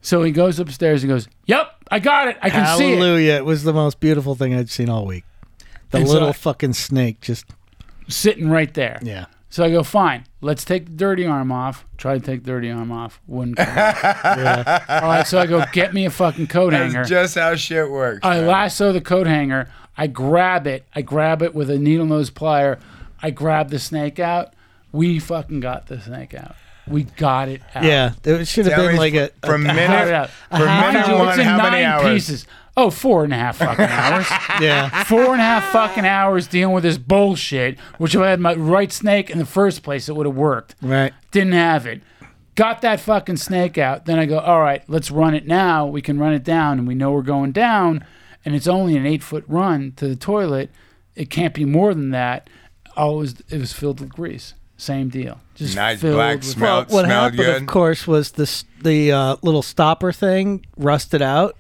Speaker 1: So he goes upstairs and goes, yep, I got it, I can see it.
Speaker 2: Hallelujah! It was the most beautiful thing I'd seen all week. The
Speaker 1: And so
Speaker 2: little
Speaker 1: I-
Speaker 2: fucking snake just
Speaker 1: sitting right there.
Speaker 2: yeah.
Speaker 1: So I go, fine, let's take the dirty arm off. Try to take the dirty arm off, wouldn't. Come off. All right, so I go, get me a fucking coat hanger.
Speaker 3: That's just how shit works.
Speaker 1: I lasso the coat hanger. I grab it. I grab it with a needle nose plier. I grab the snake out. We fucking got the snake out. We got it out.
Speaker 2: Yeah, it should have
Speaker 3: Tell
Speaker 2: been
Speaker 3: me
Speaker 2: like a, a
Speaker 3: from
Speaker 1: We Got it
Speaker 3: minute
Speaker 1: out.
Speaker 3: from
Speaker 1: Mind
Speaker 3: minute
Speaker 1: you,
Speaker 3: one.
Speaker 1: it's in
Speaker 3: How
Speaker 1: nine
Speaker 3: many hours?
Speaker 1: pieces. Oh, four and a half fucking hours.
Speaker 2: yeah.
Speaker 1: four and a half fucking hours dealing with this bullshit. Which if I had my right snake in the first place, it would have worked.
Speaker 2: Right.
Speaker 1: Didn't have it. Got that fucking snake out. Then I go, all right, let's run it now. We can run it down, and we know we're going down, and it's only an eight foot run to the toilet. It can't be more than that. All it was, it was filled with grease. Same deal. Just
Speaker 3: Nice
Speaker 1: filled
Speaker 3: black
Speaker 1: with-
Speaker 3: smell. it
Speaker 2: what
Speaker 3: smelled
Speaker 2: happened,
Speaker 3: good.
Speaker 2: of course, was this the uh, little stopper thing rusted out.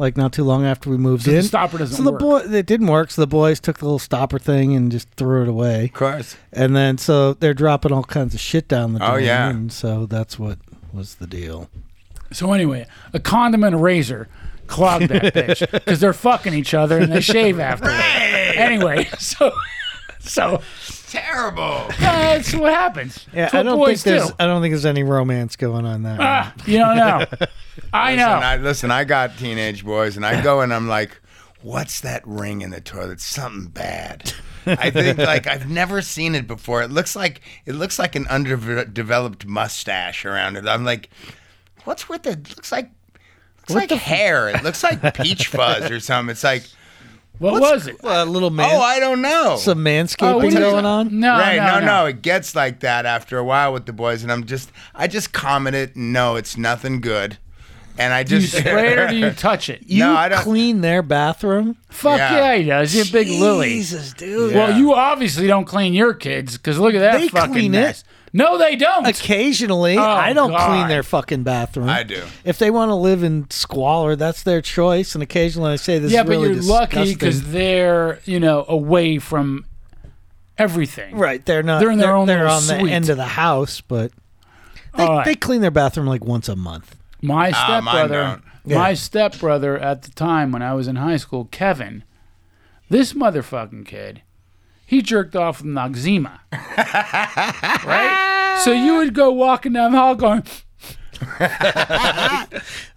Speaker 2: Like not too long after we moved
Speaker 1: So the
Speaker 2: in,
Speaker 1: stopper doesn't
Speaker 2: So the
Speaker 1: work.
Speaker 2: boy, it didn't work. So the boys took the little stopper thing and just threw it away.
Speaker 3: Of course.
Speaker 2: And then so they're dropping all kinds of shit down the.
Speaker 3: Oh,
Speaker 2: drain,
Speaker 3: yeah.
Speaker 2: And so that's what was the deal.
Speaker 1: So anyway, a condom and a razor clogged that bitch because they're fucking each other and they shave after. Anyway, so so
Speaker 3: Terrible.
Speaker 1: that's what happens.
Speaker 2: Yeah,
Speaker 1: That's
Speaker 2: I
Speaker 1: what
Speaker 2: don't think
Speaker 1: boys
Speaker 2: there's.
Speaker 1: do.
Speaker 2: I don't think there's any romance going on there.
Speaker 1: Ah, you don't know. I know.
Speaker 3: And I listen. I got teenage boys, and I go and I'm like, "What's that ring in the toilet? Something bad." I think like I've never seen it before. It looks like it looks like an underdeveloped mustache around it. I'm like, "What's with it? Looks like looks like hair. It looks like peach fuzz or something." It's like,
Speaker 1: what was it? Oh,
Speaker 2: Well, a little man.
Speaker 3: "Oh, I don't know."
Speaker 2: some
Speaker 1: what
Speaker 2: manscaping
Speaker 1: is it?
Speaker 2: going on.
Speaker 1: No,
Speaker 3: right?
Speaker 1: no, no,
Speaker 3: It gets like that after a while with the boys, and I'm just I just comment it. No, it's nothing good. And I
Speaker 1: Do you
Speaker 3: just
Speaker 1: spray it or do you touch it?
Speaker 2: You
Speaker 3: No, I don't-
Speaker 2: clean their bathroom.
Speaker 1: Fuck yeah,
Speaker 3: Yeah.
Speaker 1: he does. He's a big Louie.
Speaker 2: Jesus, dude.
Speaker 3: Yeah.
Speaker 1: Well, you obviously don't clean your kids because look at that
Speaker 2: They
Speaker 1: fucking
Speaker 2: clean it.
Speaker 1: mess. No, they don't.
Speaker 2: Occasionally, I don't
Speaker 1: Oh, God.
Speaker 2: clean their fucking bathroom.
Speaker 3: I do.
Speaker 2: If they want to live in squalor, that's their choice. And occasionally, I say this.
Speaker 1: yeah,
Speaker 2: is
Speaker 1: but
Speaker 2: really
Speaker 1: you're lucky
Speaker 2: disgusting.
Speaker 1: because they're you know away from everything.
Speaker 2: right, they're not.
Speaker 1: They're in their own
Speaker 2: They're
Speaker 1: little
Speaker 2: on the
Speaker 1: suite.
Speaker 2: end of the house, but they,
Speaker 1: All right.
Speaker 2: they clean their bathroom like once a month.
Speaker 1: My
Speaker 3: Ah, mine
Speaker 1: stepbrother,
Speaker 3: don't.
Speaker 1: my stepbrother at the time when I was in high school, Kevin, this motherfucking kid, he jerked off with Noxema. right? So you would go walking down the hall going,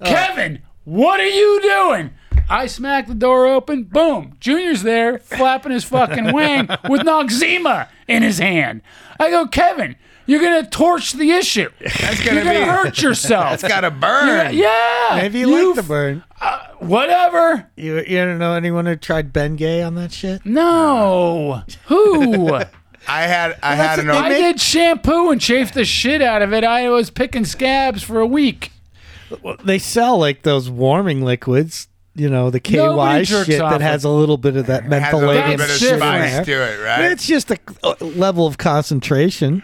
Speaker 1: Kevin, what are you doing? I smack the door open. Boom. Junior's there flapping his fucking wing with Noxzema in his hand. I go, Kevin, you're going to torch the issue.
Speaker 3: That's
Speaker 1: You're
Speaker 3: gonna
Speaker 1: going to
Speaker 3: be.
Speaker 1: hurt yourself.
Speaker 3: It's gotta burn.
Speaker 1: yeah.
Speaker 2: Maybe you,
Speaker 1: you
Speaker 2: like the
Speaker 1: f-
Speaker 2: burn.
Speaker 1: Whatever.
Speaker 2: You, you don't know anyone who tried Ben Gay on that shit?
Speaker 1: No. Who?
Speaker 3: I had I
Speaker 2: that's
Speaker 3: had an
Speaker 2: the
Speaker 1: I
Speaker 3: old,
Speaker 2: make-
Speaker 1: did shampoo and chafed the shit out of it. I was picking scabs for a week.
Speaker 2: Well, they sell like those warming liquids, you know, the KY
Speaker 1: Nobody jerks
Speaker 2: shit
Speaker 1: off
Speaker 2: that
Speaker 1: it.
Speaker 2: has a little bit of that
Speaker 3: had a little
Speaker 2: mentholated
Speaker 3: bit of
Speaker 1: That's
Speaker 2: shit in there.
Speaker 3: spice to it, right?
Speaker 2: It's just a uh, level of concentration.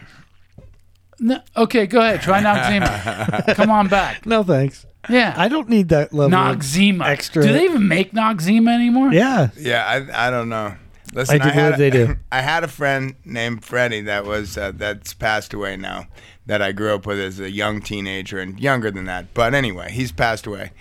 Speaker 1: No, okay, go ahead. Try Noxzema. Come on back.
Speaker 2: No thanks.
Speaker 1: Yeah.
Speaker 2: I don't need that level. of-
Speaker 1: Noxzema.
Speaker 2: extra-
Speaker 1: Do they even make Noxzema anymore?
Speaker 2: yeah.
Speaker 3: Yeah, I, I don't know. Listen,
Speaker 2: I do
Speaker 3: had
Speaker 2: believe they do.
Speaker 3: I had a friend named Freddie that was uh, that's passed away now that I grew up with as a young teenager and younger than that. But anyway, he's passed away.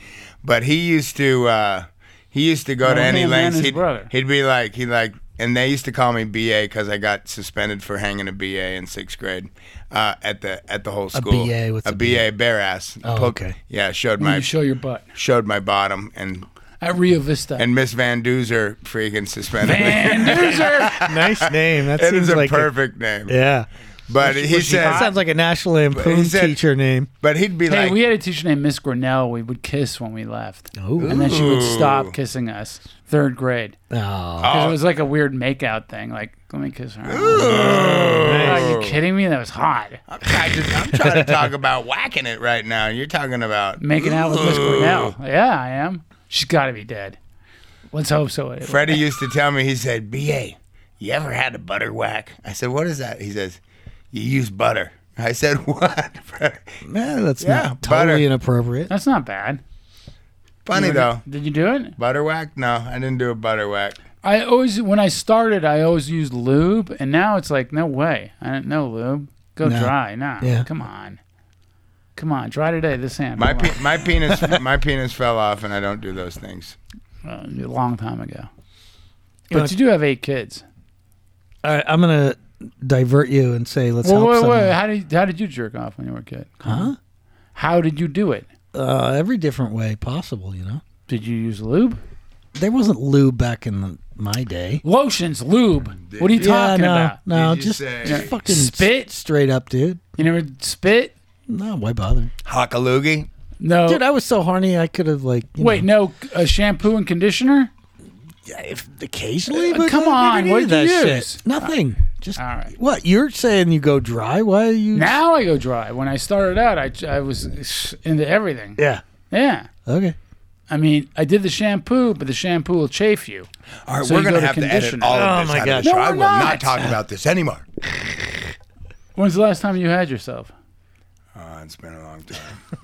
Speaker 3: But he used to uh, he used to go to
Speaker 1: Well,
Speaker 3: any
Speaker 1: him and
Speaker 3: lengths.
Speaker 1: his
Speaker 3: He'd,
Speaker 1: brother.
Speaker 3: he'd be like he like and they used to call me BA because I got suspended for hanging a BA in sixth grade uh, at the at the whole school.
Speaker 2: BA, what's
Speaker 3: a,
Speaker 2: a
Speaker 3: BA? bare ass.
Speaker 2: Oh,
Speaker 3: Poke-
Speaker 2: okay.
Speaker 3: Yeah, showed
Speaker 1: When
Speaker 3: my
Speaker 1: you show your butt
Speaker 3: showed my bottom and
Speaker 1: at Rio Vista.
Speaker 3: and Miss Van Doozer freaking suspended me.
Speaker 1: and there's her.
Speaker 2: Nice name. That
Speaker 3: It
Speaker 2: seems
Speaker 3: is a
Speaker 2: like
Speaker 3: perfect name.
Speaker 2: A, yeah.
Speaker 3: But he
Speaker 2: that
Speaker 3: says,
Speaker 2: sounds like a National Lampoon
Speaker 3: said-
Speaker 2: teacher name.
Speaker 3: but he'd be
Speaker 1: Hey,
Speaker 3: like,
Speaker 1: we had a teacher named Miss Grinnell. We would kiss when we left. And then she would
Speaker 3: Ooh.
Speaker 1: stop kissing us. Third grade.
Speaker 2: Oh.
Speaker 1: Because
Speaker 3: Oh.
Speaker 1: it was like a weird makeout thing. Like, let me kiss her.
Speaker 3: "Ooh."
Speaker 1: Are you kidding me? That was hot.
Speaker 3: I'm trying, to, I'm trying to talk about whacking it right now. You're talking about
Speaker 1: Making out with Miss
Speaker 3: Ooh.
Speaker 1: Grinnell. Yeah, I am. She's got to be dead. Let's hope so. Anyway.
Speaker 3: Freddie used to tell me, he said, BA, you ever had a butter whack? I said, what is that? He says, you use butter. I said, what? Freddie?
Speaker 2: Man, that's
Speaker 3: Yeah,
Speaker 2: not totally
Speaker 3: butter.
Speaker 2: inappropriate.
Speaker 1: That's not bad.
Speaker 3: Funny
Speaker 1: You were-
Speaker 3: though.
Speaker 1: Did you do it?
Speaker 3: Butter whack? No, I didn't do a butter whack.
Speaker 1: I always, when I started, I always used lube, and now it's like, no way. I don't know lube. Go
Speaker 2: No.
Speaker 1: dry. Nah.
Speaker 2: Yeah.
Speaker 1: Come on. Come on. Dry today. This hand.
Speaker 3: My
Speaker 1: Come
Speaker 3: pe- my penis my penis fell off, and I don't do those things.
Speaker 1: on. Uh, a long time ago. But,
Speaker 2: But-
Speaker 1: you do have eight kids.
Speaker 2: All right, I'm gonna divert you and say let's
Speaker 1: Well,
Speaker 2: help
Speaker 1: wait,
Speaker 2: someone.
Speaker 1: wait. How did how did you jerk off when you were a kid?
Speaker 2: Huh?
Speaker 1: How did you do it?
Speaker 2: Uh, every different way possible, you know.
Speaker 1: Did you use lube?
Speaker 2: There wasn't lube back in the, my day.
Speaker 1: Lotions, lube. What are you talking
Speaker 2: no,
Speaker 1: about?
Speaker 2: no,
Speaker 3: Did you
Speaker 2: just,
Speaker 3: say-
Speaker 2: just fucking
Speaker 1: Spit?
Speaker 2: s- straight up, dude.
Speaker 1: You never spit?
Speaker 2: No, why bother,
Speaker 3: Hockaloogie? Oh.
Speaker 1: No.
Speaker 2: dude? I was so horny I could have like you
Speaker 1: Wait,
Speaker 2: know,
Speaker 1: no. A shampoo and conditioner?
Speaker 2: if occasionally,
Speaker 1: Uh,
Speaker 2: but
Speaker 1: come
Speaker 2: I never
Speaker 1: on,
Speaker 2: did
Speaker 1: what'd
Speaker 2: that
Speaker 1: you
Speaker 2: shit.
Speaker 1: use?
Speaker 2: Nothing. just
Speaker 1: Uh, all right.
Speaker 2: What you're saying? You go dry? Why are you?
Speaker 1: Now I go dry. When I started out, I, I was into everything.
Speaker 2: Yeah.
Speaker 1: Yeah.
Speaker 2: Okay.
Speaker 1: I mean, I did the shampoo, but the shampoo will chafe you.
Speaker 3: All right,
Speaker 1: So
Speaker 3: we're
Speaker 1: you
Speaker 3: going to
Speaker 1: go to
Speaker 3: have to edit
Speaker 1: conditioner.
Speaker 3: all
Speaker 2: Oh
Speaker 3: of this
Speaker 2: my
Speaker 3: out of
Speaker 2: gosh.
Speaker 3: the show.
Speaker 1: No,
Speaker 3: I
Speaker 1: we're
Speaker 3: will not.
Speaker 1: not.
Speaker 3: talk about this anymore.
Speaker 1: When's the last time you had yourself?
Speaker 3: Oh, it's been a long time.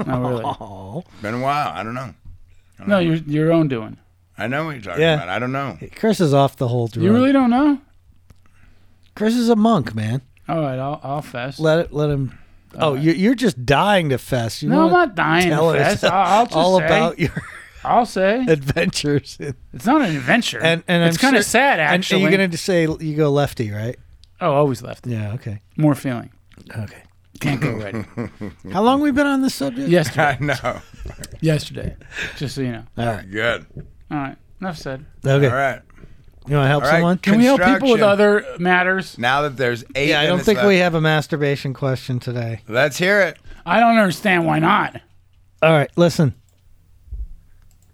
Speaker 1: No, really.
Speaker 2: Oh,
Speaker 3: It's been a while. I don't know.
Speaker 1: No, your your own doing.
Speaker 3: I know what you're talking
Speaker 2: Yeah.
Speaker 3: about. I don't know.
Speaker 2: Chris is off the whole drug.
Speaker 1: You really don't know?
Speaker 2: Chris is a monk, man.
Speaker 1: All right, I'll I'll fess.
Speaker 2: Let it. Let him. Oh, you're, you're just dying to fest. You
Speaker 1: no, I'm
Speaker 2: wanna
Speaker 1: not dying.
Speaker 2: tell
Speaker 1: to
Speaker 2: us
Speaker 1: fess. I'll, I'll just
Speaker 2: all
Speaker 1: say.
Speaker 2: about your
Speaker 1: I'll say
Speaker 2: adventures. And,
Speaker 1: it's not an adventure.
Speaker 2: and, and
Speaker 1: it's
Speaker 2: I'm
Speaker 1: kind of
Speaker 2: sure-
Speaker 1: sad,
Speaker 2: and-
Speaker 1: actually.
Speaker 2: And, you're gonna say you go lefty, right?
Speaker 1: Oh, always left.
Speaker 2: Yeah. Okay.
Speaker 1: More feeling.
Speaker 2: Okay.
Speaker 1: Can't go right.
Speaker 2: How long we been on this subject?
Speaker 1: yesterday.
Speaker 3: I know.
Speaker 1: yesterday. Just so you know.
Speaker 2: All right.
Speaker 3: Good.
Speaker 1: All right. Enough said.
Speaker 2: Okay.
Speaker 3: All right.
Speaker 2: You want to help
Speaker 3: All right.
Speaker 2: someone?
Speaker 1: Can we help people with
Speaker 3: Construction.
Speaker 1: other matters?
Speaker 3: Now that there's eight,
Speaker 2: Yeah, I don't
Speaker 3: minutes
Speaker 2: think
Speaker 3: left,
Speaker 2: we have a masturbation question today.
Speaker 3: Let's hear it.
Speaker 1: I don't understand why not.
Speaker 2: All right. Listen.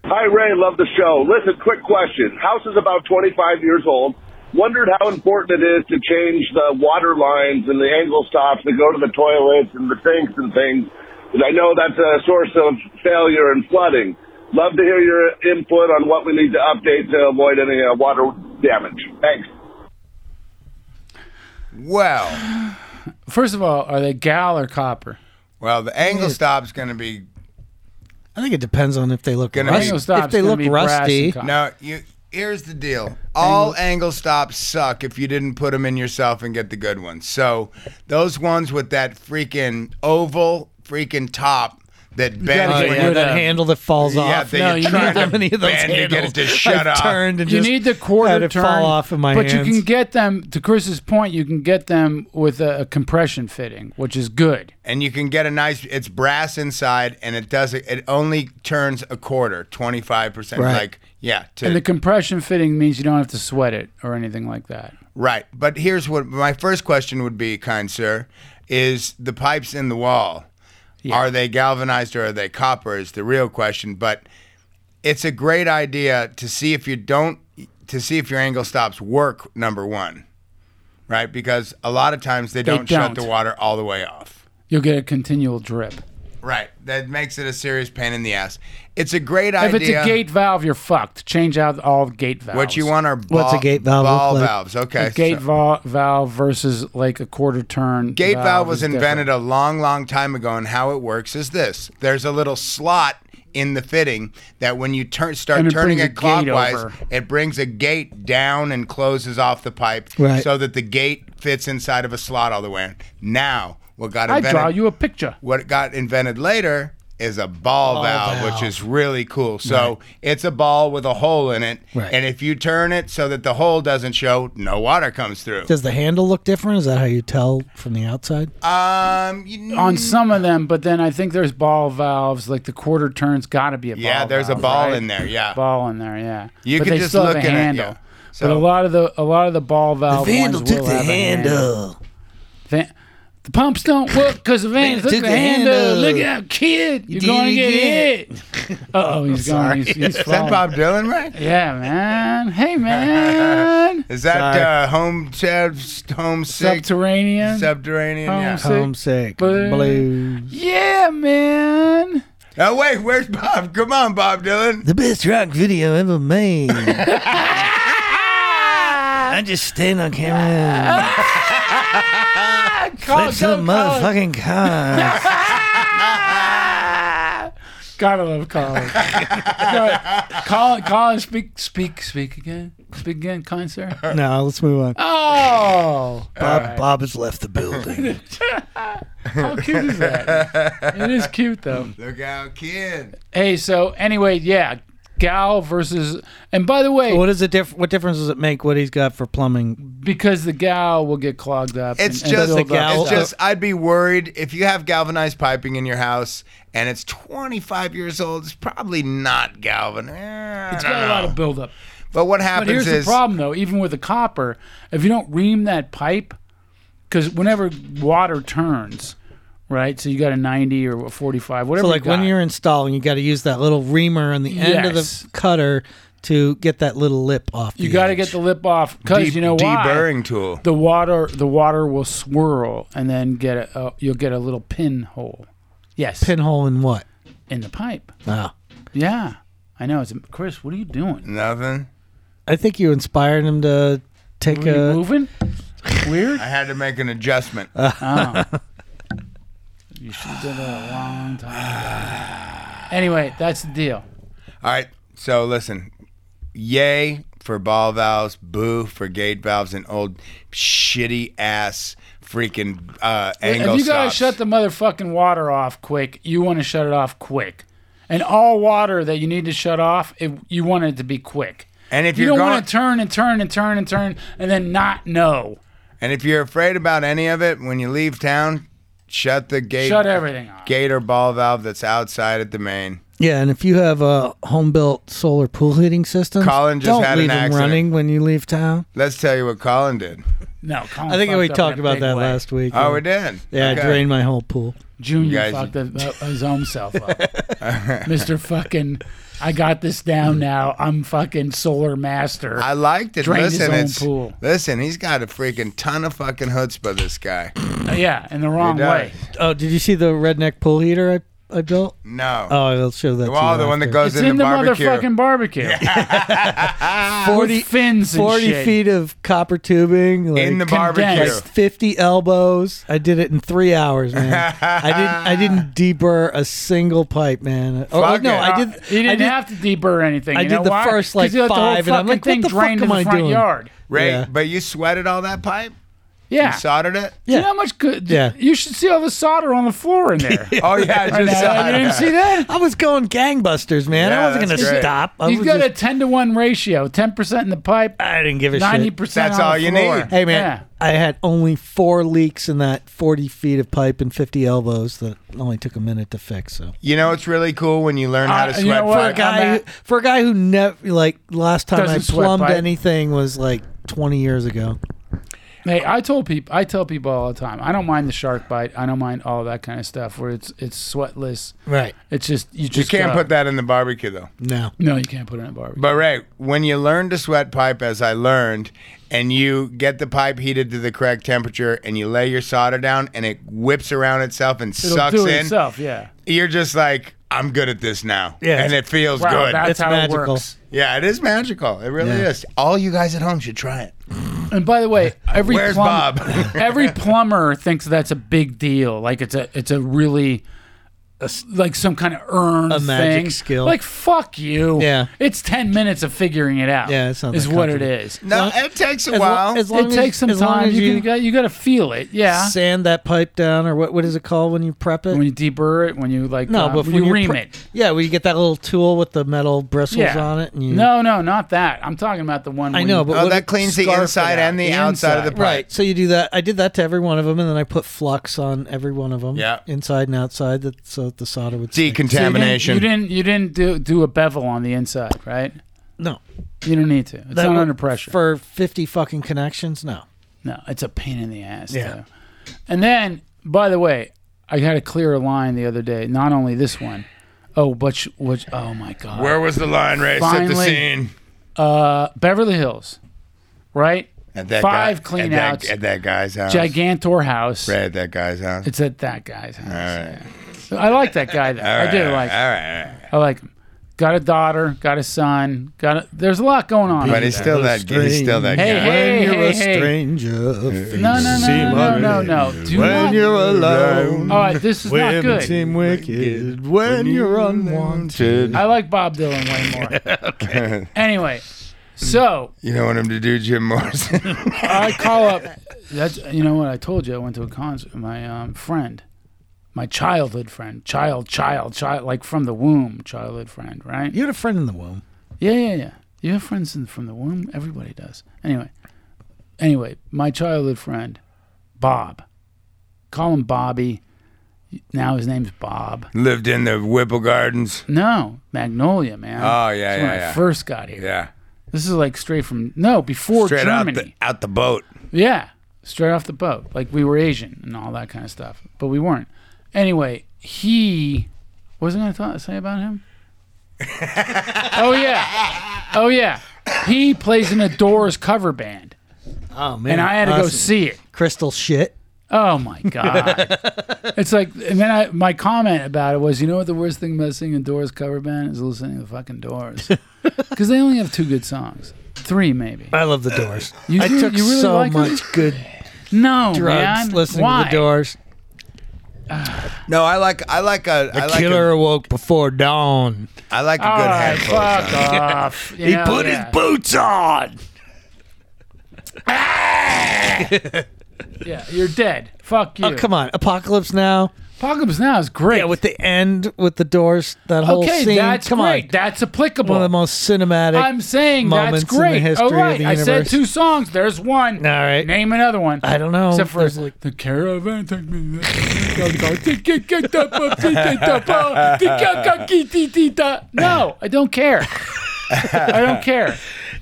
Speaker 4: Hi, Ray. Love the show. Listen, quick question. House is about 25 years old. Wondered how important it is to change the water lines and the angle stops that go to the toilets and the sinks and things. 'cause I know that's a source of failure and flooding. Love to hear your input on what we need to update to avoid any uh, water damage. Thanks.
Speaker 3: Well,
Speaker 1: First of all, are they gal or copper?
Speaker 3: well, the angle stop's going to be
Speaker 2: I think it depends on if they look
Speaker 3: Gonna
Speaker 2: rusty.
Speaker 3: be-
Speaker 1: Angle stop's
Speaker 2: if they
Speaker 1: gonna
Speaker 2: look
Speaker 1: be brass
Speaker 2: rusty,
Speaker 1: and copper.
Speaker 3: no. You here's the deal. All angle stops suck if you didn't put them in yourself and get the good ones. So those ones with that freaking oval freaking top that
Speaker 1: gotta
Speaker 3: bends when
Speaker 1: get rid
Speaker 3: you-
Speaker 1: of
Speaker 2: oh, that
Speaker 1: uh,
Speaker 2: handle that falls
Speaker 3: yeah,
Speaker 2: off.
Speaker 3: they
Speaker 1: No, you
Speaker 3: try
Speaker 1: need
Speaker 3: to
Speaker 2: How many of those
Speaker 3: bend to get it
Speaker 2: handles
Speaker 3: to
Speaker 2: I've
Speaker 3: shut off.
Speaker 2: turned and
Speaker 1: You
Speaker 2: just
Speaker 1: need the
Speaker 2: had
Speaker 1: quarter
Speaker 2: it
Speaker 1: turn,
Speaker 2: fall off in my
Speaker 1: but
Speaker 2: hands.
Speaker 1: you can get them. To Chris's point, you can get them with a, a compression fitting, which is good.
Speaker 3: and you can get a nice. It's brass inside, and it does not It only turns a quarter, twenty five percent.
Speaker 2: Right.
Speaker 3: Like yeah, to,
Speaker 1: And the compression fitting means you don't have to sweat it or anything like that.
Speaker 3: right. But here's what my first question would be, kind sir, is the pipes in the wall. Are they galvanized or are they copper? Is the real question. But it's a great idea to see if you don't to see if your angle stops work. Number one, right? Because a lot of times they, don't shut
Speaker 1: don't.
Speaker 3: the water all the way off.
Speaker 1: You'll get a continual drip.
Speaker 3: Right. That makes it a serious pain in the ass. It's a great idea.
Speaker 1: If it's a gate valve, you're fucked. Change out all gate valves.
Speaker 3: what you want are ball,
Speaker 2: What's a gate valve look
Speaker 3: ball
Speaker 2: like?
Speaker 3: valves. Okay.
Speaker 1: A gate
Speaker 3: so-
Speaker 1: va- valve versus like a quarter turn.
Speaker 3: gate valve was
Speaker 1: is different.
Speaker 3: invented a long, long time ago, and how it works is this: there's a little slot in the fitting that when you turn start
Speaker 1: And it
Speaker 3: turning
Speaker 1: brings a
Speaker 3: it
Speaker 1: gate
Speaker 3: clockwise,
Speaker 1: over.
Speaker 3: it brings a gate down and closes off the pipe,
Speaker 2: Right.
Speaker 3: so that the gate fits inside of a slot all the way. in. Now, what got
Speaker 1: I
Speaker 3: invented?
Speaker 1: draw you a picture.
Speaker 3: what got invented later is a ball, valve,
Speaker 2: valve.
Speaker 3: which is really cool. So it's a ball with a hole in it,
Speaker 2: Right.
Speaker 3: and if you turn it so that the hole doesn't show, no water comes through.
Speaker 2: Does the handle look different? Is that how you tell from the outside?
Speaker 3: Um, you,
Speaker 1: on some of them, but then I think there's ball valves. Like the quarter turn's got to be a ball.
Speaker 3: yeah, there's a
Speaker 1: valve,
Speaker 3: ball
Speaker 1: right?
Speaker 3: in there. Yeah,
Speaker 1: Ball in there, yeah.
Speaker 3: you
Speaker 1: but
Speaker 3: can
Speaker 1: they
Speaker 3: just
Speaker 1: still
Speaker 3: look
Speaker 1: have a
Speaker 3: at
Speaker 1: handle.
Speaker 3: it. Yeah.
Speaker 1: but a
Speaker 3: So
Speaker 1: lot of the a lot of the ball valve ones will have a handle. Van- the pumps don't work because the vandal took, the handle. Look out, kid! You're
Speaker 2: did
Speaker 1: going
Speaker 2: it
Speaker 1: to get
Speaker 2: again.
Speaker 1: hit. Uh oh, he's going. He's, he's
Speaker 3: is that
Speaker 1: falling.
Speaker 3: Bob Dylan, right?
Speaker 1: Yeah, man. Hey, man.
Speaker 3: Is that uh, home ch- home sick
Speaker 1: Subterranean.
Speaker 3: subterranean?
Speaker 1: Home
Speaker 3: Yeah.
Speaker 1: sick.
Speaker 2: Homesick
Speaker 1: Blue.
Speaker 2: blues.
Speaker 1: yeah, man.
Speaker 3: Oh wait, where's Bob? Come on, Bob Dylan.
Speaker 2: The best rock video ever made. I just stand on camera,
Speaker 1: Call, Oh, don't call it.
Speaker 2: car.
Speaker 1: Gotta love college. college, college, speak, speak, speak again. Speak again, kind sir.
Speaker 2: no, let's move on.
Speaker 1: Oh,
Speaker 2: Bob, Bob has left the building.
Speaker 1: how cute is that? It is cute though.
Speaker 3: Look out, kid.
Speaker 1: Hey, so anyway, yeah, gal versus, and by the way,
Speaker 2: what is the diff- What difference does it make? What he's got for plumbing?
Speaker 1: because the gal will get clogged up.
Speaker 3: It's
Speaker 1: and- and
Speaker 3: just
Speaker 1: filled
Speaker 2: the
Speaker 1: up.
Speaker 2: gal-
Speaker 3: It's
Speaker 1: uh,
Speaker 3: just I'd be worried if you have galvanized piping in your house and it's 25 years old. It's probably not eh, galvanized.
Speaker 1: It's got a lot of buildup.
Speaker 3: But what
Speaker 1: But
Speaker 3: happens
Speaker 1: here's
Speaker 3: is
Speaker 1: the problem though. Even with the copper, if you don't ream that pipe, because whenever water turns. Right, so you got a ninety or a forty-five, whatever.
Speaker 2: So,
Speaker 1: you
Speaker 2: like when
Speaker 1: got.
Speaker 2: you're installing, you got to use that little reamer on the end of
Speaker 1: Yes.
Speaker 2: the cutter to get that little lip off.
Speaker 1: You
Speaker 2: the
Speaker 1: got to
Speaker 2: edge.
Speaker 1: get the lip off because
Speaker 3: deep,
Speaker 1: you know why?
Speaker 3: deburring tool.
Speaker 1: The water, the water will swirl, and then get a, a you'll get a little pinhole. Yes,
Speaker 2: pinhole in what?
Speaker 1: in the pipe.
Speaker 2: Oh.
Speaker 1: Yeah, I know. It's Chris. What are you doing?
Speaker 3: Nothing.
Speaker 2: I think you inspired him to take
Speaker 1: Were you
Speaker 2: a.
Speaker 1: moving? Weird.
Speaker 3: I had to make an adjustment.
Speaker 1: Oh. you should have done that a long time ago. Anyway, that's the deal.
Speaker 3: All right. So listen, yay for ball valves, boo for gate valves, and old shitty ass freaking uh, angle
Speaker 1: if you gotta
Speaker 3: stops.
Speaker 1: shut the motherfucking water off quick, you want to shut it off quick. And all water that you need to shut off, it, you want it to be quick.
Speaker 3: and if
Speaker 1: you
Speaker 3: you're
Speaker 1: don't
Speaker 3: going,
Speaker 1: want to turn and turn and turn and turn and then not know.
Speaker 3: and if you're afraid about any of it when you leave town, shut the gate.
Speaker 1: Shut everything off.
Speaker 3: Gate or ball valve that's outside at the main.
Speaker 2: Yeah, and if you have a home built solar pool heating system,
Speaker 3: Colin just
Speaker 2: don't
Speaker 3: had an
Speaker 2: leave 'em
Speaker 3: accident.
Speaker 2: running when you leave town.
Speaker 3: Let's tell you what Colin did.
Speaker 1: No, Colin
Speaker 2: I think
Speaker 1: fucked
Speaker 2: we
Speaker 1: up
Speaker 2: talked
Speaker 1: in a
Speaker 2: about
Speaker 1: big
Speaker 2: that
Speaker 1: way.
Speaker 2: last week.
Speaker 3: Oh, we did.
Speaker 2: yeah,
Speaker 3: Okay.
Speaker 2: I drained my whole pool.
Speaker 1: Junior
Speaker 3: guys-
Speaker 1: fucked up, uh, his own self up. Mister fucking, I got this down now. I'm fucking solar master.
Speaker 3: I liked it.
Speaker 1: Drained his
Speaker 3: listen,
Speaker 1: own
Speaker 3: it's,
Speaker 1: pool.
Speaker 3: listen, he's got a freaking ton of fucking chutzpah, this guy.
Speaker 1: Uh, yeah, in the wrong
Speaker 3: He does.
Speaker 1: way.
Speaker 2: Oh, did you see the redneck pool heater I, I built?
Speaker 3: No.
Speaker 2: Oh, I'll show that. to
Speaker 3: well,
Speaker 2: you
Speaker 3: the one that
Speaker 2: after.
Speaker 3: goes
Speaker 1: It's in the
Speaker 3: barbecue.
Speaker 1: motherfucking barbecue. Forty fins, and
Speaker 2: 40
Speaker 1: shit.
Speaker 2: feet of copper tubing like,
Speaker 3: in the
Speaker 1: condensed.
Speaker 3: barbecue.
Speaker 2: like 50 elbows. I did it in three hours, man. I didn't. I didn't deburr a single pipe, man. Oh,
Speaker 3: Fuck
Speaker 2: no,
Speaker 3: it.
Speaker 2: I
Speaker 1: Uh,
Speaker 2: did.
Speaker 1: you didn't
Speaker 2: I did,
Speaker 1: have to deburr anything.
Speaker 2: I
Speaker 1: you
Speaker 2: did
Speaker 1: know
Speaker 2: the
Speaker 1: why?
Speaker 2: first, like,
Speaker 1: 'Cause you let the whole
Speaker 2: five, and I'm
Speaker 1: fucking
Speaker 2: like, what
Speaker 1: thing
Speaker 2: the fuck
Speaker 1: drained to
Speaker 2: am
Speaker 1: the
Speaker 2: I
Speaker 1: front
Speaker 2: doing?
Speaker 1: yard.
Speaker 3: Right,
Speaker 2: Yeah.
Speaker 3: but you sweated all that pipe.
Speaker 1: Yeah.
Speaker 3: You soldered it?
Speaker 1: Do you
Speaker 2: Yeah.
Speaker 1: know how much good?
Speaker 2: Yeah.
Speaker 1: You should see all the solder on the floor in there.
Speaker 3: Oh yeah, I
Speaker 1: Right
Speaker 3: just
Speaker 1: now.
Speaker 3: soldered
Speaker 1: you didn't
Speaker 3: it.
Speaker 1: see that?
Speaker 2: I was going gangbusters, man.
Speaker 3: Yeah,
Speaker 2: I wasn't
Speaker 3: that's
Speaker 2: going to
Speaker 3: great.
Speaker 2: stop. I
Speaker 1: You've
Speaker 2: was
Speaker 1: got
Speaker 2: just,
Speaker 1: a ten to one ratio. Ten percent in the pipe,
Speaker 2: I didn't give a
Speaker 1: ninety
Speaker 2: shit.
Speaker 1: percent.
Speaker 3: That's
Speaker 1: on the
Speaker 3: all you
Speaker 1: floor.
Speaker 3: need.
Speaker 2: Hey man,
Speaker 1: Yeah.
Speaker 2: I had only four leaks in that 40 feet of pipe and 50 elbows that only took a minute to fix. So
Speaker 3: You know it's really cool when you learn how to
Speaker 1: Uh,
Speaker 3: sweat
Speaker 1: you know what?
Speaker 2: for a
Speaker 3: pipe.
Speaker 2: guy,
Speaker 1: I'm
Speaker 2: who, for a guy who never like last time I
Speaker 1: Doesn't sweat
Speaker 2: plumbed
Speaker 1: pipe.
Speaker 2: anything was like 20 years ago.
Speaker 1: Hey, I told people, I tell people all the time, I don't mind the shark bite. I don't mind all that kind of stuff where it's it's sweatless.
Speaker 2: Right.
Speaker 1: It's just you
Speaker 3: You
Speaker 1: just
Speaker 3: can't
Speaker 1: uh,
Speaker 3: put that in the barbecue though.
Speaker 2: No.
Speaker 1: No, you can't put it in a barbecue.
Speaker 3: But right, when you learn to sweat pipe as I learned, and you get the pipe heated to the correct temperature and you lay your solder down and it whips around itself and
Speaker 1: It'll
Speaker 3: sucks
Speaker 1: do it
Speaker 3: in,
Speaker 1: itself. Yeah.
Speaker 3: you're just like, I'm good at this now.
Speaker 2: Yeah.
Speaker 3: And it feels
Speaker 1: Wow,
Speaker 3: good.
Speaker 1: that's
Speaker 2: It's
Speaker 1: how it
Speaker 2: magical.
Speaker 1: works.
Speaker 3: yeah, it is magical. It really
Speaker 2: Yeah.
Speaker 3: is. All you guys at home should try it.
Speaker 1: And by the way, every
Speaker 3: Where's
Speaker 1: plum-
Speaker 3: Bob?
Speaker 1: every plumber thinks that's a big deal. Like it's a it's a really like some kind of earned
Speaker 2: A magic
Speaker 1: thing.
Speaker 2: skill.
Speaker 1: Like fuck you.
Speaker 2: Yeah.
Speaker 1: It's ten minutes of figuring it out.
Speaker 2: Yeah, it's not
Speaker 1: is
Speaker 2: that
Speaker 1: what it
Speaker 2: complicated.
Speaker 1: is.
Speaker 3: No,
Speaker 2: Well,
Speaker 3: it takes a
Speaker 2: as lo-
Speaker 3: while.
Speaker 2: as long
Speaker 1: It
Speaker 2: as-
Speaker 1: takes some
Speaker 2: as long
Speaker 1: time.
Speaker 2: as
Speaker 1: You,
Speaker 2: you-
Speaker 1: you got you got to feel it. Yeah.
Speaker 2: Sand that pipe down, or what? What is it called when you prep it?
Speaker 1: When you deburr it, when you like
Speaker 2: no,
Speaker 1: uh,
Speaker 2: but when
Speaker 1: when you
Speaker 2: you're
Speaker 1: ream
Speaker 2: pre-
Speaker 1: it.
Speaker 2: Yeah, well, you get that little tool with the metal bristles
Speaker 1: Yeah.
Speaker 2: on it, and you
Speaker 1: No, no, not that. I'm talking about the one.
Speaker 2: I
Speaker 1: where
Speaker 2: know,
Speaker 1: you-
Speaker 2: but
Speaker 3: oh,
Speaker 2: what
Speaker 3: that
Speaker 2: it-
Speaker 3: cleans the
Speaker 2: scarf it
Speaker 3: inside
Speaker 2: out.
Speaker 3: and the outside of the
Speaker 1: Inside.
Speaker 3: pipe.
Speaker 2: Right. So you do that. I did that to every one of them, and then I put flux on every one of them.
Speaker 3: Yeah.
Speaker 2: Inside and outside, that so that the solder would stick.
Speaker 3: Decontamination.
Speaker 1: You didn't, you didn't do do a bevel on the inside, right?
Speaker 2: No.
Speaker 1: You don't need to. It's
Speaker 2: That
Speaker 1: not
Speaker 2: would-
Speaker 1: under pressure.
Speaker 2: For 50 fucking connections? No.
Speaker 1: No, it's a pain in the ass.
Speaker 2: Yeah.
Speaker 1: though. And then, by the way, I had a clear line the other day. Not only this one. Oh, but sh- which? Oh my God.
Speaker 3: Where was the line race at the
Speaker 1: Finally.
Speaker 3: scene?
Speaker 1: Uh, Beverly Hills, right?
Speaker 3: At that
Speaker 1: Five
Speaker 3: guy, at that-
Speaker 1: cleanouts.
Speaker 3: at that guy's house.
Speaker 1: Gigantor house.
Speaker 3: Right at that guy's house.
Speaker 1: It's at that guy's house.
Speaker 3: all right.
Speaker 1: I like that guy though.
Speaker 3: All
Speaker 1: I do
Speaker 3: right,
Speaker 1: like.
Speaker 3: All right. All right.
Speaker 1: I like him. Got a daughter. Got a son. Got a, there's a lot going on.
Speaker 3: But he's still that. He's still that
Speaker 1: Hey,
Speaker 3: guy.
Speaker 1: hey.
Speaker 2: When you're a
Speaker 1: hey.
Speaker 2: stranger.
Speaker 1: no, no, no, no, no, no, no. Do
Speaker 2: When
Speaker 1: not.
Speaker 2: you're alone.
Speaker 1: All right, this is not
Speaker 2: Women
Speaker 1: Oh, good.
Speaker 2: seem wicked when you're unwanted.
Speaker 1: I like Bob Dylan way more. Anyway, so
Speaker 3: you don't want him to do Jim Morrison.
Speaker 1: I call up. That's you know what I told you. I went to a concert. My um, friend, my childhood friend, child, child, child, like from the womb, childhood friend, right?
Speaker 2: You had a friend in the womb.
Speaker 1: Yeah, yeah, yeah. You have friends in, from the womb. Everybody does. Anyway, anyway, my childhood friend, Bob. Call him Bobby. Now his name's Bob.
Speaker 3: Lived in the Whipple Gardens.
Speaker 1: No, Magnolia, man.
Speaker 3: Oh, yeah, yeah,
Speaker 1: That's When I
Speaker 3: yeah.
Speaker 1: first got here.
Speaker 3: Yeah.
Speaker 1: This is like straight from no before
Speaker 3: Straight out the,
Speaker 1: Germany.
Speaker 3: out the boat.
Speaker 1: yeah, straight off the boat. Like we were Asian and all that kind of stuff, but we weren't. Anyway, he wasn't I thought say about him. oh yeah, oh yeah. He plays in a Doors cover band,
Speaker 2: Oh, man.
Speaker 1: and I had to go
Speaker 2: Awesome.
Speaker 1: see it.
Speaker 2: Crystal shit.
Speaker 1: Oh my god! it's like, and then I, my comment about it was, you know what the worst thing about singing Doors cover band is listening to the fucking Doors, because they only have two good songs, three maybe.
Speaker 2: I love the doors.
Speaker 1: You
Speaker 2: I
Speaker 1: do-
Speaker 2: took
Speaker 1: you really
Speaker 2: so
Speaker 1: like 'em?
Speaker 2: much good
Speaker 1: No,
Speaker 2: drugs
Speaker 1: man.
Speaker 2: listening
Speaker 1: Why?
Speaker 2: to the doors.
Speaker 3: No, I like I like a I like
Speaker 2: Killer
Speaker 3: a,
Speaker 2: awoke before dawn.
Speaker 3: I like a good
Speaker 1: All right,
Speaker 3: handful. of
Speaker 1: fuck
Speaker 3: songs.
Speaker 1: off. You know, yeah.
Speaker 2: boots on.
Speaker 1: Yeah, you're dead. Fuck you.
Speaker 2: Oh, come on. Apocalypse Now.
Speaker 1: Apocalypse Now is great.
Speaker 2: Yeah, with the end with the doors, that whole
Speaker 1: okay,
Speaker 2: scene.
Speaker 1: that's
Speaker 2: Come
Speaker 1: great.
Speaker 2: on.
Speaker 1: That's applicable.
Speaker 2: One of the most cinematic.
Speaker 1: I'm saying that's
Speaker 2: moments in the
Speaker 1: great.
Speaker 2: history
Speaker 1: All
Speaker 2: of
Speaker 1: right,
Speaker 2: the
Speaker 1: I said
Speaker 2: universe.
Speaker 1: two songs. There's one.
Speaker 2: All right.
Speaker 1: Name another one.
Speaker 2: I don't know.
Speaker 1: Except for
Speaker 2: There's
Speaker 1: like
Speaker 2: like-
Speaker 1: the caravan take me. No, I don't care. I don't care.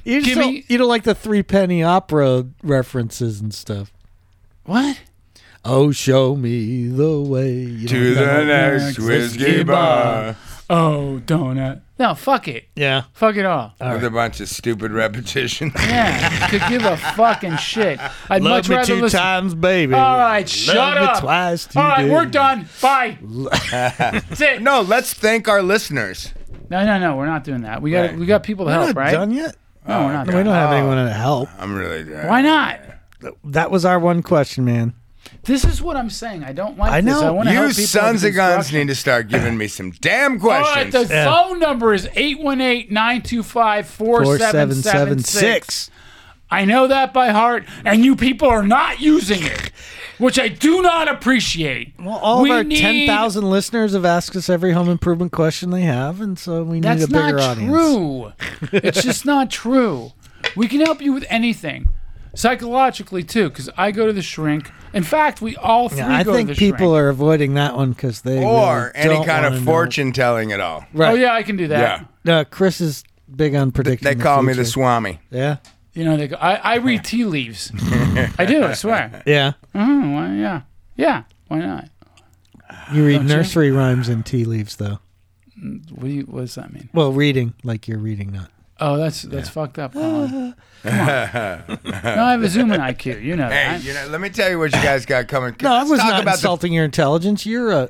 Speaker 2: you, just
Speaker 1: give
Speaker 2: don't,
Speaker 1: me-
Speaker 2: you don't like the three penny opera references and stuff.
Speaker 1: What?
Speaker 2: Oh, show me the way. You don't
Speaker 3: To
Speaker 2: know.
Speaker 3: the next whiskey bar
Speaker 1: Oh, donut. No, fuck it.
Speaker 2: Yeah.
Speaker 1: Fuck it all.
Speaker 3: with a bunch of stupid repetition.
Speaker 1: Yeah, to give a fucking shit. I'd
Speaker 2: Love
Speaker 1: much
Speaker 2: me
Speaker 1: rather
Speaker 2: two
Speaker 1: listen.
Speaker 2: times, baby.
Speaker 1: All right,
Speaker 2: Love
Speaker 1: shut
Speaker 2: me
Speaker 1: up.
Speaker 2: twice
Speaker 1: All right,
Speaker 2: today.
Speaker 1: we're done. Bye. That's it.
Speaker 3: no, let's thank our listeners.
Speaker 1: no, no, no. We're not doing that. We got
Speaker 3: Right.
Speaker 1: we got people to
Speaker 2: We're not
Speaker 1: help, right?
Speaker 2: done yet.
Speaker 1: No, we're not.
Speaker 2: We
Speaker 1: done. Uh,
Speaker 2: don't have anyone to help.
Speaker 3: I'm really uh,
Speaker 1: Why not?
Speaker 2: That was our one question, man.
Speaker 1: This is what I'm saying. I don't like
Speaker 2: I
Speaker 1: this.
Speaker 2: know.
Speaker 1: I want to help
Speaker 3: You
Speaker 1: people.
Speaker 3: sons
Speaker 1: with
Speaker 3: of guns
Speaker 1: construction.
Speaker 3: need to start giving me some damn
Speaker 1: All right,
Speaker 3: questions.
Speaker 1: the
Speaker 2: Yeah.
Speaker 1: phone number is 818 925
Speaker 2: Four seven seven
Speaker 1: 4776.
Speaker 2: six.
Speaker 1: I know that by heart, and you people are not using it, which I do not appreciate.
Speaker 2: Well, all
Speaker 1: We
Speaker 2: of our
Speaker 1: need-
Speaker 2: 10,000 listeners have asked us every home improvement question they have, and so we need a
Speaker 1: That's
Speaker 2: bigger
Speaker 1: not
Speaker 2: audience.
Speaker 1: true. it's just not true. We can help you with anything, psychologically too, because I go to the shrink. In fact, we all three
Speaker 2: Yeah, I
Speaker 1: go
Speaker 2: think
Speaker 1: to the
Speaker 2: people
Speaker 1: shrink.
Speaker 2: are avoiding that one because they
Speaker 3: or
Speaker 2: really
Speaker 3: any
Speaker 2: don't
Speaker 3: kind
Speaker 2: wanna
Speaker 3: of
Speaker 2: know.
Speaker 3: fortune telling at all.
Speaker 2: Right.
Speaker 1: Oh yeah, I can do that.
Speaker 3: Yeah.
Speaker 2: Uh, Chris is big on predicting.
Speaker 3: They call me the
Speaker 2: future.
Speaker 3: Swami.
Speaker 2: Yeah.
Speaker 1: You know, they go, I, I read tea leaves. I do, I swear.
Speaker 2: Yeah.
Speaker 1: Oh, why, yeah. Yeah, why not?
Speaker 2: You read nursery rhymes and tea leaves, though.
Speaker 1: What, do you, what does that mean?
Speaker 2: Well, reading like you're reading, not.
Speaker 1: Oh, that's that's fucked up, Colin. Come on. no, I have a Zoom and IQ. You know
Speaker 3: Hey,
Speaker 1: that.
Speaker 3: you know, let me tell you what you guys got coming.
Speaker 2: No, I was
Speaker 3: Let's talk
Speaker 2: not
Speaker 3: about the
Speaker 2: insulting your intelligence. You're a.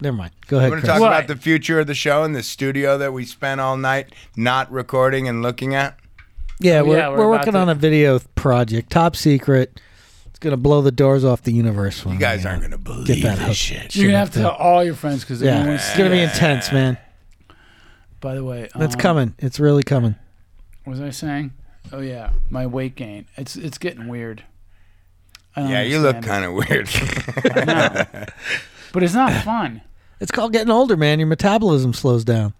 Speaker 2: Never mind. Go ahead,
Speaker 3: We're going
Speaker 2: Chris.
Speaker 3: to talk
Speaker 1: Right.
Speaker 3: about the future of the show and the studio that we spent all night not recording and looking at.
Speaker 2: yeah, we're,
Speaker 1: yeah, we're
Speaker 2: we're,
Speaker 1: about
Speaker 2: working
Speaker 1: to-
Speaker 2: on a video project, top secret. It's gonna blow the doors off the universe.
Speaker 3: You guys aren't going to believe
Speaker 2: get that
Speaker 3: this
Speaker 2: hook.
Speaker 3: shit.
Speaker 1: You're going to have to tell all your friends because
Speaker 2: Yeah,
Speaker 1: everyone's
Speaker 2: it's gonna be intense, man.
Speaker 1: By the way,
Speaker 2: That's
Speaker 1: um,
Speaker 2: coming. It's really coming.
Speaker 1: what Was I saying? Oh yeah, my weight gain. It's it's getting weird. I don't
Speaker 3: Yeah, you look kind
Speaker 1: understand
Speaker 3: of weird.
Speaker 1: it. I know. But it's not fun.
Speaker 2: It's called getting older, man. Your metabolism slows down.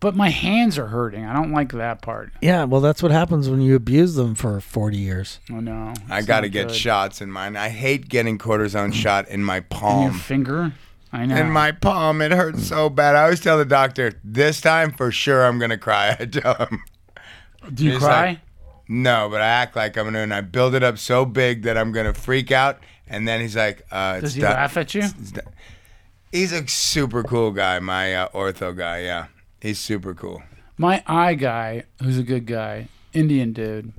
Speaker 1: But my hands are hurting. I don't like that part.
Speaker 2: Yeah, well, that's what happens when you abuse them for 40 years.
Speaker 1: Oh no.
Speaker 3: I
Speaker 1: it's
Speaker 3: got to
Speaker 1: not
Speaker 3: get
Speaker 1: good.
Speaker 3: shots in mine. I hate getting cortisone shot in my
Speaker 1: In your
Speaker 3: palm.
Speaker 1: finger. I know.
Speaker 3: In my palm, it hurts so bad. I always tell the doctor, this time for sure I'm going to cry. I tell him.
Speaker 1: Do you
Speaker 3: It's
Speaker 1: cry?
Speaker 3: like- No, but I act like I'm gonna, and I build it up so big that I'm gonna freak out. And then he's like, uh, it's
Speaker 1: Does he
Speaker 3: done.
Speaker 1: laugh at you?
Speaker 3: It's done. He's a super cool guy, my uh, ortho guy. Yeah, he's super cool.
Speaker 1: my eye guy, who's a good guy, Indian dude,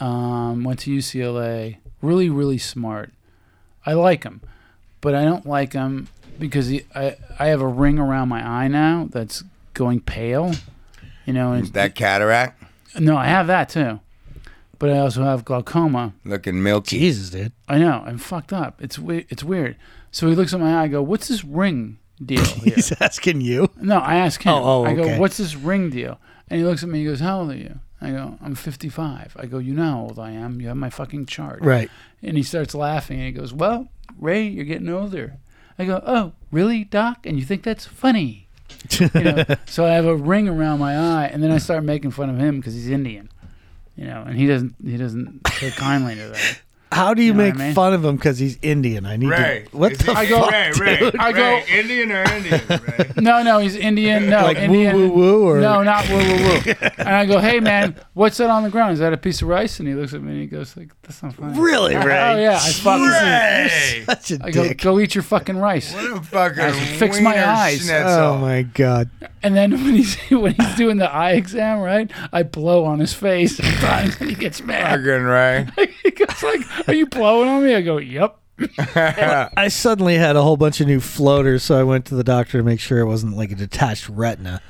Speaker 1: um, went to UCLA. Really, really smart. I like him, but I don't like him because he, I I have a ring around my eye now that's going pale. You know, and
Speaker 3: That cataract
Speaker 1: no, I have that too, but I also have glaucoma.
Speaker 3: looking milky.
Speaker 2: Jesus, dude.
Speaker 1: I know I'm fucked up. It's we- it's weird. So he looks at my eye. I go, "What's this ring deal here?"
Speaker 2: He's asking you.
Speaker 1: No, I ask him.
Speaker 2: Oh, oh,
Speaker 1: I go,
Speaker 2: okay.
Speaker 1: what's this ring deal? And he looks at me. He goes, how old are you? I go, I'm 55. I go, you know how old I am. You have my fucking chart.
Speaker 2: Right.
Speaker 1: And he starts laughing. And he goes, well, Ray, you're getting older. I go, oh, really, Doc? And you think that's funny? You know, so I have a ring around my eye, and then I start making fun of him because he's Indian. You know, and he doesn't he doesn't take kindly to that.
Speaker 2: How do you,
Speaker 1: know what I
Speaker 2: make
Speaker 1: mean?
Speaker 2: fun of him because he's Indian? I need
Speaker 3: Ray,
Speaker 2: to. What
Speaker 3: is
Speaker 2: the
Speaker 3: he-
Speaker 2: fuck?
Speaker 3: Ray, Ray,
Speaker 1: I go-
Speaker 3: Ray, Indian or Indian? Ray?
Speaker 1: No, no, he's Indian. No,
Speaker 2: Like woo,
Speaker 1: Indian.
Speaker 2: woo, woo, or-
Speaker 1: no, not woo woo woo. and I go, hey man, what's that on the ground? Is that a piece of rice? And he looks at me and he goes, like, that's not funny.
Speaker 2: Really,
Speaker 1: Oh
Speaker 2: Ray?
Speaker 1: yeah, I fucking.
Speaker 3: Ray,
Speaker 2: Such a
Speaker 1: I go,
Speaker 2: dick.
Speaker 1: go eat your fucking rice.
Speaker 3: what a fucking
Speaker 1: I should fix my
Speaker 3: wiener
Speaker 1: eyes.
Speaker 3: schnitzel.
Speaker 2: Oh, my God.
Speaker 1: And then when he's when he's doing the eye exam, right? I blow on his face sometimes, and he gets mad.
Speaker 3: Fucking Ray.
Speaker 1: he goes like, "Are you blowing on me?" I go, "Yep."
Speaker 2: I suddenly had a whole bunch of new floaters, so I went to the doctor to make sure it wasn't like a detached retina.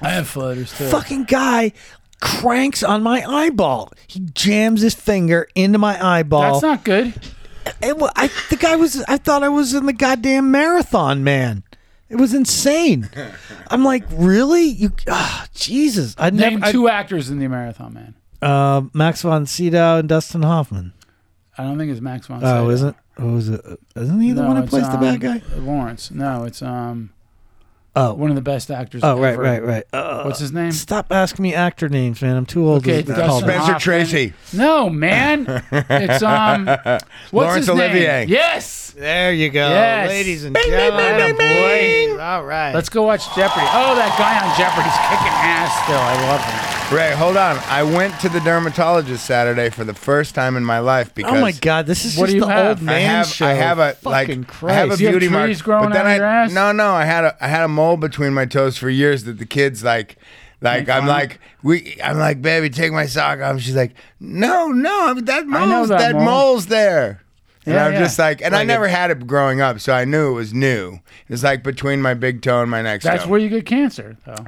Speaker 1: I have floaters too.
Speaker 2: Fucking guy cranks on my eyeball. He jams his finger into my eyeball.
Speaker 1: That's not good.
Speaker 2: It, wa- I, the guy was. I thought I was in the goddamn marathon, man. It was insane. I'm like, really? You, ah, Jesus! I
Speaker 1: Name
Speaker 2: never. I-
Speaker 1: two actors in the marathon, man.
Speaker 2: uh, Max von Sydow and Dustin Hoffman.
Speaker 1: I don't think it's Max von.
Speaker 2: Oh,
Speaker 1: Sydow.
Speaker 2: isn't? Oh, is it? Isn't he the
Speaker 1: No,
Speaker 2: one who
Speaker 1: it's,
Speaker 2: plays the bad
Speaker 1: um,
Speaker 2: guy?
Speaker 1: Lawrence. No, it's um
Speaker 2: Oh,
Speaker 1: one of the best actors.
Speaker 2: oh, right,
Speaker 1: ever.
Speaker 2: right, right. Uh,
Speaker 1: What's his name?
Speaker 2: Stop asking me actor names, man. I'm too old. to
Speaker 1: Okay, Dustin
Speaker 2: call them.
Speaker 3: Spencer
Speaker 1: Hoffman.
Speaker 3: Tracy.
Speaker 1: No, man. It's um. What's
Speaker 3: Laurence
Speaker 1: his name?
Speaker 3: Olivier.
Speaker 1: Yes.
Speaker 2: There you go,
Speaker 1: Yes.
Speaker 2: ladies and
Speaker 1: Bing, bing,
Speaker 2: gentlemen.
Speaker 1: bing, bing, bing.
Speaker 2: All right.
Speaker 1: Let's go watch Jeopardy. Oh, that guy on Jeopardy's kicking ass still. I love him.
Speaker 3: Ray, hold on. I went to the dermatologist Saturday for the first time in my life because
Speaker 2: Oh my God, this is
Speaker 1: What
Speaker 2: just
Speaker 1: do you
Speaker 2: the
Speaker 1: have?
Speaker 2: old
Speaker 1: I
Speaker 2: man
Speaker 3: I have
Speaker 2: show.
Speaker 3: I have a
Speaker 2: Fucking
Speaker 3: like
Speaker 2: Christ.
Speaker 3: I have a
Speaker 1: You have
Speaker 3: beauty mark.
Speaker 1: trees growing
Speaker 3: but then
Speaker 1: out of
Speaker 3: I,
Speaker 1: your ass?
Speaker 3: No, no, I had a I had a mole between my toes for years that the kids like like
Speaker 1: Make
Speaker 3: I'm
Speaker 1: fun?
Speaker 3: like we I'm like baby take my sock off. She's like no no I'm- that
Speaker 1: know
Speaker 3: mole's
Speaker 1: that
Speaker 3: that,
Speaker 1: mole."
Speaker 3: mole's there. And
Speaker 1: Yeah,
Speaker 3: I'm
Speaker 1: yeah.
Speaker 3: just like, and I
Speaker 2: Like
Speaker 3: never had it growing up, so I knew it was new. It's like between my big toe and my next toe.
Speaker 1: That's where you get cancer, though.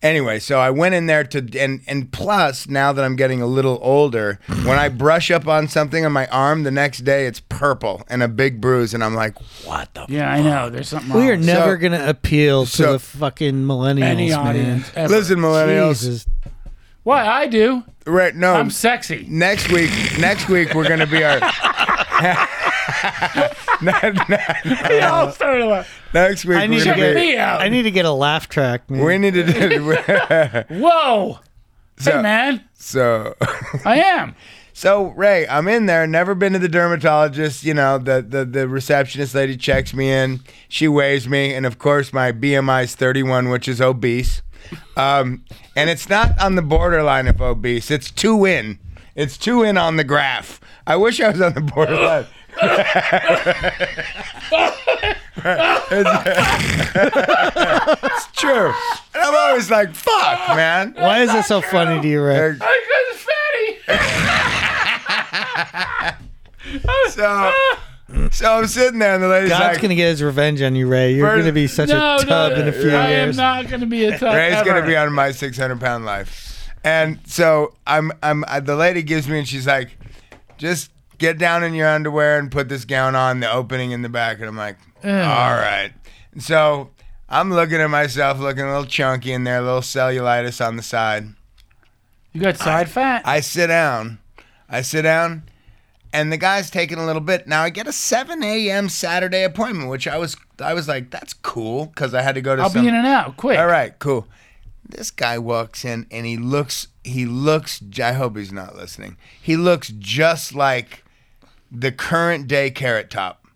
Speaker 3: Anyway, so I went in there to and and plus now that I'm getting a little older, when I brush up on something on my arm the next day, it's purple and a big bruise, and I'm like, what the?
Speaker 1: Yeah, I know. There's something wrong.
Speaker 2: We are
Speaker 1: with
Speaker 2: never
Speaker 3: So-
Speaker 2: going to appeal to
Speaker 3: so-
Speaker 2: the fucking millennials,
Speaker 1: any
Speaker 2: man.
Speaker 1: audience. ever.
Speaker 3: Listen, millennials,
Speaker 2: Jesus.
Speaker 1: Why I do?
Speaker 3: Right? No.
Speaker 1: I'm sexy.
Speaker 3: next week, next week we're gonna be our. No, no,
Speaker 1: They all started like,
Speaker 3: next week
Speaker 2: I need
Speaker 3: we're
Speaker 2: to
Speaker 3: gonna
Speaker 2: get-
Speaker 1: check me out.
Speaker 2: I need to get a laugh track. Man.
Speaker 3: We need to do.
Speaker 1: Whoa.
Speaker 3: So-
Speaker 1: hey man,
Speaker 3: so.
Speaker 1: I am.
Speaker 3: So Ray, I'm in there. Never been to the dermatologist. You know, the, the the receptionist lady checks me in. She weighs me, and of course my BMI is 31, which is obese. Um, and it's not on the borderline of obese. It's two in. It's two in on the graph. I wish I was on the borderline. it's true. And I'm always like, fuck, man.
Speaker 2: Why is it so funny to you, Ray?
Speaker 1: Because fatty.
Speaker 3: So, so I'm sitting there, and the lady's
Speaker 2: God's
Speaker 3: like,
Speaker 2: gonna get his revenge on you, Ray. You're
Speaker 3: First-
Speaker 2: gonna be such
Speaker 1: No,
Speaker 2: a tub
Speaker 1: no,
Speaker 2: in a few
Speaker 1: I
Speaker 2: years.
Speaker 1: am not going to be a tub.
Speaker 3: Ray's
Speaker 1: ever.
Speaker 3: gonna be on my 600 pound life, and so I'm. I'm. I, the lady gives me, and she's like, "Just get down in your underwear and put this gown on." The opening in the back, and I'm like, "All right." And so I'm looking at myself, looking a little chunky in there, a little cellulitis on the side.
Speaker 1: You got side fat.
Speaker 3: I sit down. I sit down, and the guy's taking a little bit. Now I get a 7 a.m. Saturday appointment, which I was. I was like, "That's cool," because I had to go to.
Speaker 1: I'll
Speaker 3: some-
Speaker 1: be in and out quick.
Speaker 3: all right, cool. This guy walks in and he looks, he looks, I hope he's not listening. He looks just like the current day Carrot Top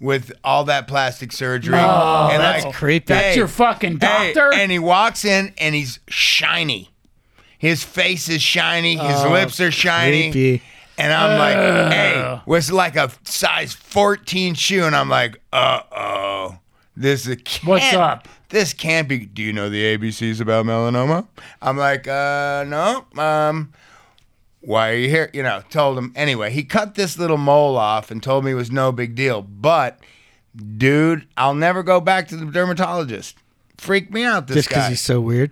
Speaker 3: with all that plastic surgery.
Speaker 1: Oh,
Speaker 3: and
Speaker 1: that's
Speaker 2: creepy.
Speaker 1: That's
Speaker 3: Hey,
Speaker 1: your fucking
Speaker 3: hey,
Speaker 1: doctor.
Speaker 3: and he walks in and he's shiny. His face is shiny, his
Speaker 1: Oh,
Speaker 3: lips are shiny.
Speaker 2: Creepy.
Speaker 3: And I'm like, hey, was like a size 14 shoe. And I'm like, uh oh. This is can't,
Speaker 1: What's up?
Speaker 3: This can't be. Do you know the ABCs about melanoma? I'm like, uh, no. Um, why are you here? You know, told him. Anyway, he cut this little mole off and told me it was no big deal. But, dude, I'll never go back to the dermatologist. Freaked me out, this
Speaker 2: Just because
Speaker 3: guy.
Speaker 2: he's so weird.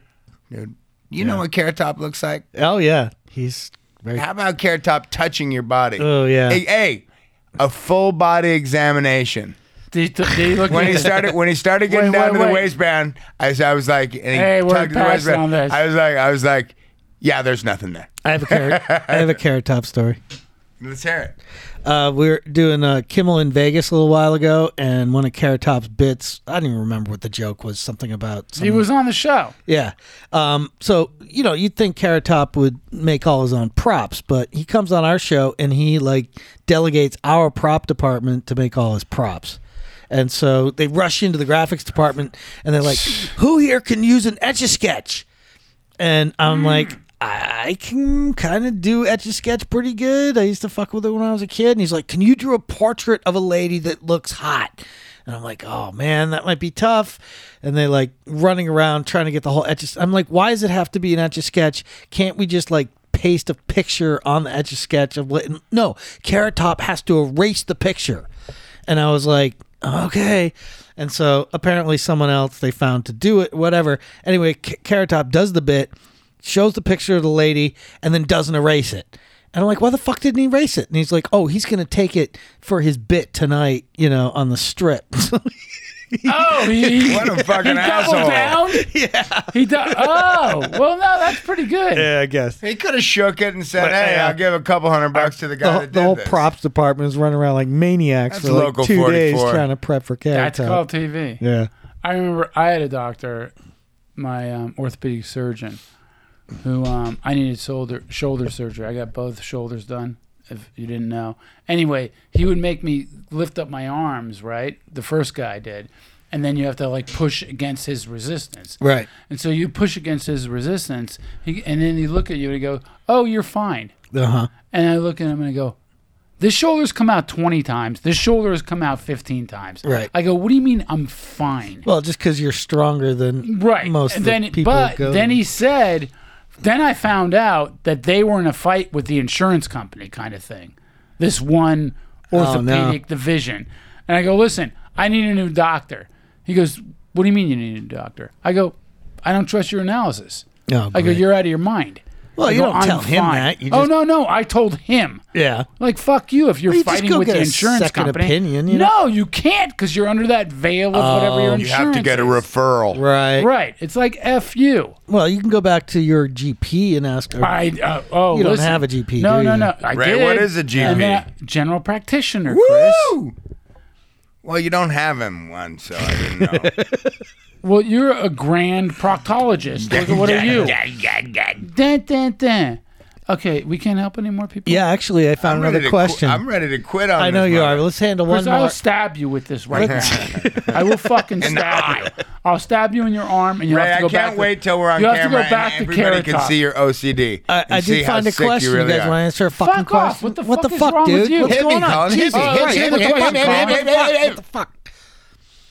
Speaker 3: dude, you know what Carrot Top looks like?
Speaker 2: Oh yeah, he's very.
Speaker 3: How about Carrot Top touching your body?
Speaker 2: Oh yeah.
Speaker 3: Hey, hey, a full body examination.
Speaker 1: Did, did he look
Speaker 3: When
Speaker 1: at
Speaker 3: he
Speaker 1: the-
Speaker 3: started, when he started getting
Speaker 1: Wait,
Speaker 3: down
Speaker 1: wait,
Speaker 3: to the
Speaker 1: wait.
Speaker 3: waistband, I, I was like, and he
Speaker 1: Hey, we're
Speaker 3: tugged at the
Speaker 1: passing
Speaker 3: waistband.
Speaker 1: on this.
Speaker 3: I was like, I was like, yeah, there's nothing there.
Speaker 2: I have a carrot. I have a carrot top story.
Speaker 3: Let's hear it.
Speaker 2: Uh, we were doing uh, Kimmel in Vegas a little while ago, and one of Carrot Top's bits, I don't even remember what the joke was, something about.
Speaker 1: He
Speaker 2: Some,
Speaker 1: was on the show.
Speaker 2: yeah. Um, so, you know, you'd think Carrot Top would make all his own props, but he comes on our show and he, like, delegates our prop department to make all his props. And so they rush into the graphics department and they're like, who here can use an etch a sketch? and I'm like, I can kind of do etch a sketch pretty good. I used to fuck with it when I was a kid. And he's like, Can you draw a portrait of a lady that looks hot? And I'm like, Oh man, that might be tough. And they like running around trying to get the whole etch. I'm like, Why does it have to be an etch a sketch? Can't we just like paste a picture on the etch a sketch of what? No, Carrot Top has to erase the picture. And I was like, okay. And so apparently someone else they found to do it, whatever. Anyway, K- Carrot Top does the bit, shows the picture of the lady, and then doesn't erase it. And I'm like, why the fuck didn't he erase it? And he's like, oh, he's going to take it for his bit tonight, you know, on the strip.
Speaker 1: Oh, he,
Speaker 3: What a fucking
Speaker 1: he doubled
Speaker 3: asshole.
Speaker 1: down. Yeah. He do- Oh, well, no, that's pretty good.
Speaker 2: I guess.
Speaker 3: He could have shook it and said,
Speaker 2: But,
Speaker 3: "Hey,
Speaker 2: uh,
Speaker 3: I'll give a couple hundred bucks to
Speaker 2: The,
Speaker 3: the guy
Speaker 2: whole-
Speaker 3: that did
Speaker 2: the whole
Speaker 3: this."
Speaker 2: props department is running around like maniacs
Speaker 3: That's
Speaker 2: for like
Speaker 3: Local
Speaker 2: two days
Speaker 3: 44.
Speaker 2: trying to prep for Carrot
Speaker 1: That's
Speaker 2: Top.
Speaker 1: called TV.
Speaker 2: yeah.
Speaker 1: I remember I had a doctor, my um, orthopedic surgeon, who um, I needed shoulder shoulder surgery. I got both shoulders done. If you didn't know, anyway, he would make me lift up my arms. Right, the first guy did, and then you have to like push against his resistance.
Speaker 2: Right.
Speaker 1: And so you push against his resistance, he, and then he look at you and he go, "Oh, you're fine."
Speaker 2: Uh huh.
Speaker 1: And I look at him and I go, this shoulder's come out 20 times. This shoulder's come out 15 times.
Speaker 2: Right.
Speaker 1: I go, what do you mean I'm fine?
Speaker 2: Well, just because you're stronger than
Speaker 1: Right.
Speaker 2: most
Speaker 1: and then,
Speaker 2: of the people
Speaker 1: but
Speaker 2: go
Speaker 1: then he said, then I found out that they were in a fight with the insurance company, kind of thing. This one
Speaker 2: Oh, no.
Speaker 1: orthopedic division, and I go, listen, I need a new doctor. He goes, what do you mean you need a new doctor? I go, I don't trust your analysis.
Speaker 2: Oh,
Speaker 1: I go,
Speaker 2: great.
Speaker 1: you're out of your mind.
Speaker 2: Well,
Speaker 1: I
Speaker 2: you
Speaker 1: go,
Speaker 2: don't
Speaker 1: "I'm
Speaker 2: tell him
Speaker 1: fine."
Speaker 2: that. You
Speaker 1: oh
Speaker 2: just-
Speaker 1: no, no, I told him.
Speaker 2: Yeah.
Speaker 1: Like fuck you if you're
Speaker 2: Well, you just
Speaker 1: fighting
Speaker 2: go
Speaker 1: with
Speaker 2: get
Speaker 1: the
Speaker 2: a
Speaker 1: insurance
Speaker 2: second
Speaker 1: company.
Speaker 2: opinion, you Oh,
Speaker 1: no, you can't because you're under that veil of whatever your
Speaker 3: You
Speaker 1: insurance.
Speaker 3: have to get a
Speaker 1: is.
Speaker 3: referral.
Speaker 2: Right.
Speaker 1: Right. It's like f you.
Speaker 2: Well, you can go back to your GP and ask. Or,
Speaker 1: I uh, oh
Speaker 2: You don't
Speaker 1: listen.
Speaker 2: have a GP,
Speaker 1: No,
Speaker 2: do
Speaker 1: no,
Speaker 2: you?
Speaker 1: no. I
Speaker 3: Ray,
Speaker 1: did.
Speaker 3: what is a GP?
Speaker 1: And then I- general practitioner, Chris.
Speaker 3: Woo! Well, you don't have him one, so I didn't know.
Speaker 1: Well, you're a grand proctologist. Look at- what are you? Dun, dun, dun. Okay, we can't help any more people.
Speaker 2: yeah, actually, I
Speaker 3: I'm
Speaker 2: found
Speaker 3: ready
Speaker 2: another
Speaker 3: to
Speaker 2: question.
Speaker 3: Qu- I'm ready to quit on
Speaker 2: I know
Speaker 3: this
Speaker 2: you are.
Speaker 3: mother-
Speaker 2: Let's handle
Speaker 1: Chris,
Speaker 2: one
Speaker 1: I'll
Speaker 2: more.
Speaker 1: stab you with this right now. I will fucking stab you. I'll stab you in your arm, and you
Speaker 3: Ray,
Speaker 1: have
Speaker 3: I
Speaker 1: to go
Speaker 3: can't
Speaker 1: back. to-
Speaker 3: wait till we're on
Speaker 1: you have
Speaker 3: camera
Speaker 1: to go back
Speaker 3: and
Speaker 1: to
Speaker 3: everybody
Speaker 1: Carrot
Speaker 3: can
Speaker 1: Top.
Speaker 3: see your OCD.
Speaker 2: I, I
Speaker 3: and see
Speaker 2: did
Speaker 3: how
Speaker 2: find a
Speaker 3: sick
Speaker 2: question. You,
Speaker 3: really
Speaker 2: guys
Speaker 3: are.
Speaker 2: want to answer a fucking
Speaker 1: Fuck
Speaker 2: question?
Speaker 1: off. What the fuck is wrong
Speaker 2: dude?
Speaker 1: with you?
Speaker 2: What's
Speaker 3: Hit me,
Speaker 2: going on?
Speaker 3: Colin. Hit me.
Speaker 2: Jesus
Speaker 3: Hit me.
Speaker 2: Christ,
Speaker 3: Hit
Speaker 2: what
Speaker 3: me.
Speaker 2: the fuck?
Speaker 3: Hit me. Hit me.
Speaker 2: What the fuck? What the fuck?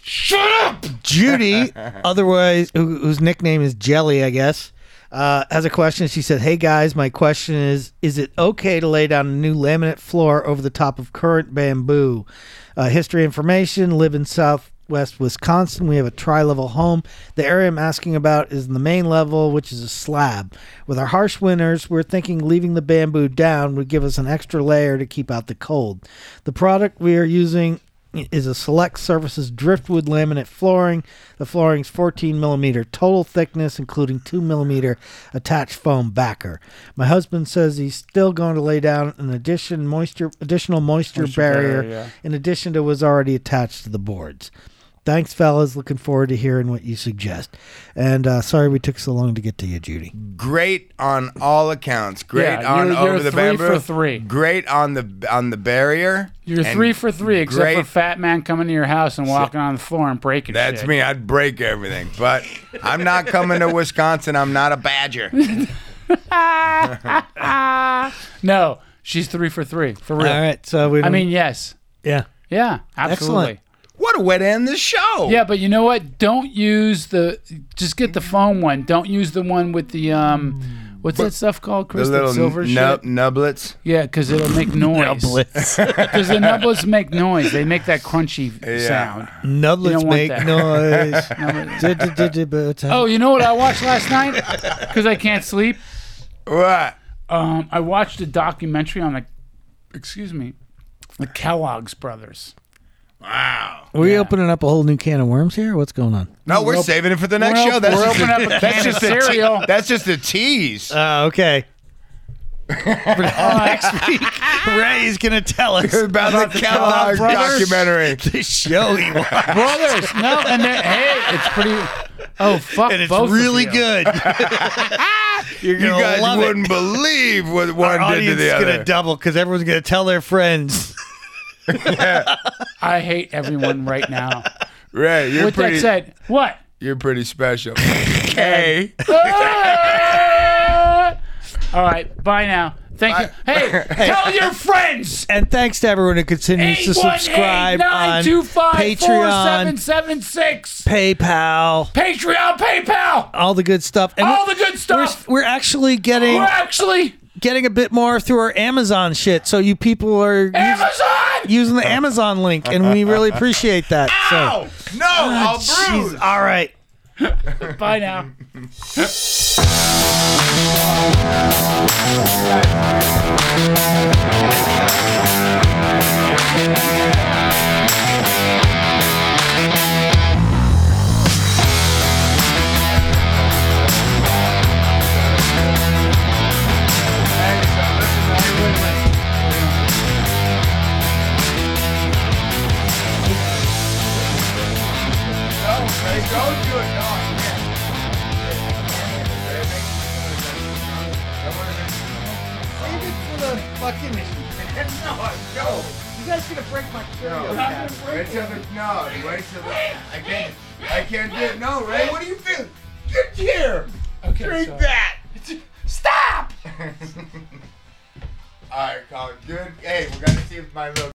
Speaker 2: Shut up, Judy. otherwise, who, whose nickname is Jelly, I guess, uh, has a question. She said, "Hey guys, my question is: Is it okay to lay down a new laminate floor over the top of current bamboo?" Uh, history information: Live in Southwest Wisconsin. We have a tri-level home. The area I'm asking about is the main level, which is a slab. With our harsh winters, we're thinking leaving the bamboo down would give us an extra layer to keep out the cold. The product we are using is a select services driftwood laminate flooring. The flooring's 14 millimeter total thickness, including 2 millimeter attached foam backer. My husband says he's still going to lay down an addition moisture additional moisture, barrier,
Speaker 1: barrier, yeah.
Speaker 2: in addition to was already attached to the boards. Thanks, fellas. Looking forward to hearing what you suggest. And uh, sorry we took so long to get to you, Judy.
Speaker 3: Great on all accounts. Great
Speaker 1: Yeah,
Speaker 3: on
Speaker 1: you're-
Speaker 3: over
Speaker 1: you're
Speaker 3: the
Speaker 1: three
Speaker 3: bamboo.
Speaker 1: for three.
Speaker 3: Great on the on the barrier.
Speaker 1: You're
Speaker 3: And
Speaker 1: three for three, except
Speaker 3: great-
Speaker 1: for fat man coming to your house and walking on the floor and breaking shit.
Speaker 3: That's me. I'd break everything, but I'm not coming to Wisconsin. I'm not a badger.
Speaker 1: No, she's three for three for real.
Speaker 2: All right. So we.
Speaker 1: I
Speaker 2: don't-
Speaker 1: mean, yes,
Speaker 2: yeah.
Speaker 1: yeah, absolutely.
Speaker 2: Excellent.
Speaker 3: What a way to end the show.
Speaker 1: Yeah, but you know what? Don't use the. Just get the foam one. Don't use the one with the um. What's that stuff called,
Speaker 3: The
Speaker 1: Chris? That
Speaker 3: little
Speaker 1: silver
Speaker 3: nub-
Speaker 1: shit.
Speaker 3: nublets.
Speaker 1: Yeah, because it'll make noise. Because the nublets make noise. They make that crunchy
Speaker 3: Yeah.
Speaker 1: sound.
Speaker 2: Nublets
Speaker 1: You don't want
Speaker 2: make
Speaker 1: that.
Speaker 2: noise.
Speaker 1: Oh, you know what I watched last night? Because I can't sleep.
Speaker 3: What?
Speaker 1: Um, I watched a documentary on the. Excuse me. The Kellogg's brothers.
Speaker 3: Wow.
Speaker 2: Are we opening up a whole new can of worms here? What's going on?
Speaker 3: No, we're, saving it for the next
Speaker 1: we're
Speaker 3: show.
Speaker 1: op-
Speaker 3: That's
Speaker 1: we're
Speaker 3: just
Speaker 1: opening up a
Speaker 3: that's
Speaker 1: can of
Speaker 3: just a te-
Speaker 1: cereal.
Speaker 3: that's just a tease.
Speaker 2: Uh, okay. next week, Ray's gonna tell us
Speaker 3: about, the Kellogg
Speaker 1: brothers?
Speaker 3: documentary.
Speaker 2: the show he watched,
Speaker 1: Brothers. No, and they're. Hey, it's pretty. Oh, fuck.
Speaker 2: and it's
Speaker 1: both of
Speaker 2: really
Speaker 1: you.
Speaker 2: good. You're
Speaker 3: You
Speaker 2: gonna
Speaker 3: guys
Speaker 2: love
Speaker 3: wouldn't
Speaker 2: it.
Speaker 3: believe what
Speaker 2: Our
Speaker 3: one did to
Speaker 2: audience
Speaker 3: the
Speaker 2: is
Speaker 3: other.
Speaker 2: gonna double because everyone's gonna tell their friends.
Speaker 1: I hate everyone right now.
Speaker 3: Ray, you're
Speaker 1: With
Speaker 3: pretty.
Speaker 1: that said, what?
Speaker 3: You're pretty special. hey.
Speaker 1: All right, bye now. Thank you. Hey, tell your friends.
Speaker 2: And thanks to everyone who continues to subscribe on
Speaker 1: 818-925-4776.
Speaker 2: Patreon, PayPal,
Speaker 1: Patreon, PayPal,
Speaker 2: all the good stuff. And
Speaker 1: all
Speaker 2: we're-
Speaker 1: the good stuff.
Speaker 2: We're actually
Speaker 1: We're,
Speaker 2: getting
Speaker 1: actually
Speaker 2: getting a bit more through our Amazon shit. So you people are us-
Speaker 1: Amazon.
Speaker 2: using the Amazon link, and we really appreciate that. So, Ah,
Speaker 3: No, no, I'll
Speaker 2: Jeez,
Speaker 3: bruise.
Speaker 2: all right.
Speaker 1: Bye now.
Speaker 3: No, Ray, don't do it. No, I can't. Leave it for the fucking. No, I don't.
Speaker 2: You guys gonna break my
Speaker 3: No, wait till the no, wait till the I can't I can't do it. No, Ray, what do you feel? Get here.
Speaker 1: Okay,
Speaker 3: Drink
Speaker 1: so-
Speaker 3: that.
Speaker 1: Stop.
Speaker 3: All right, Colin. Good. Hey, we're gonna see if my little.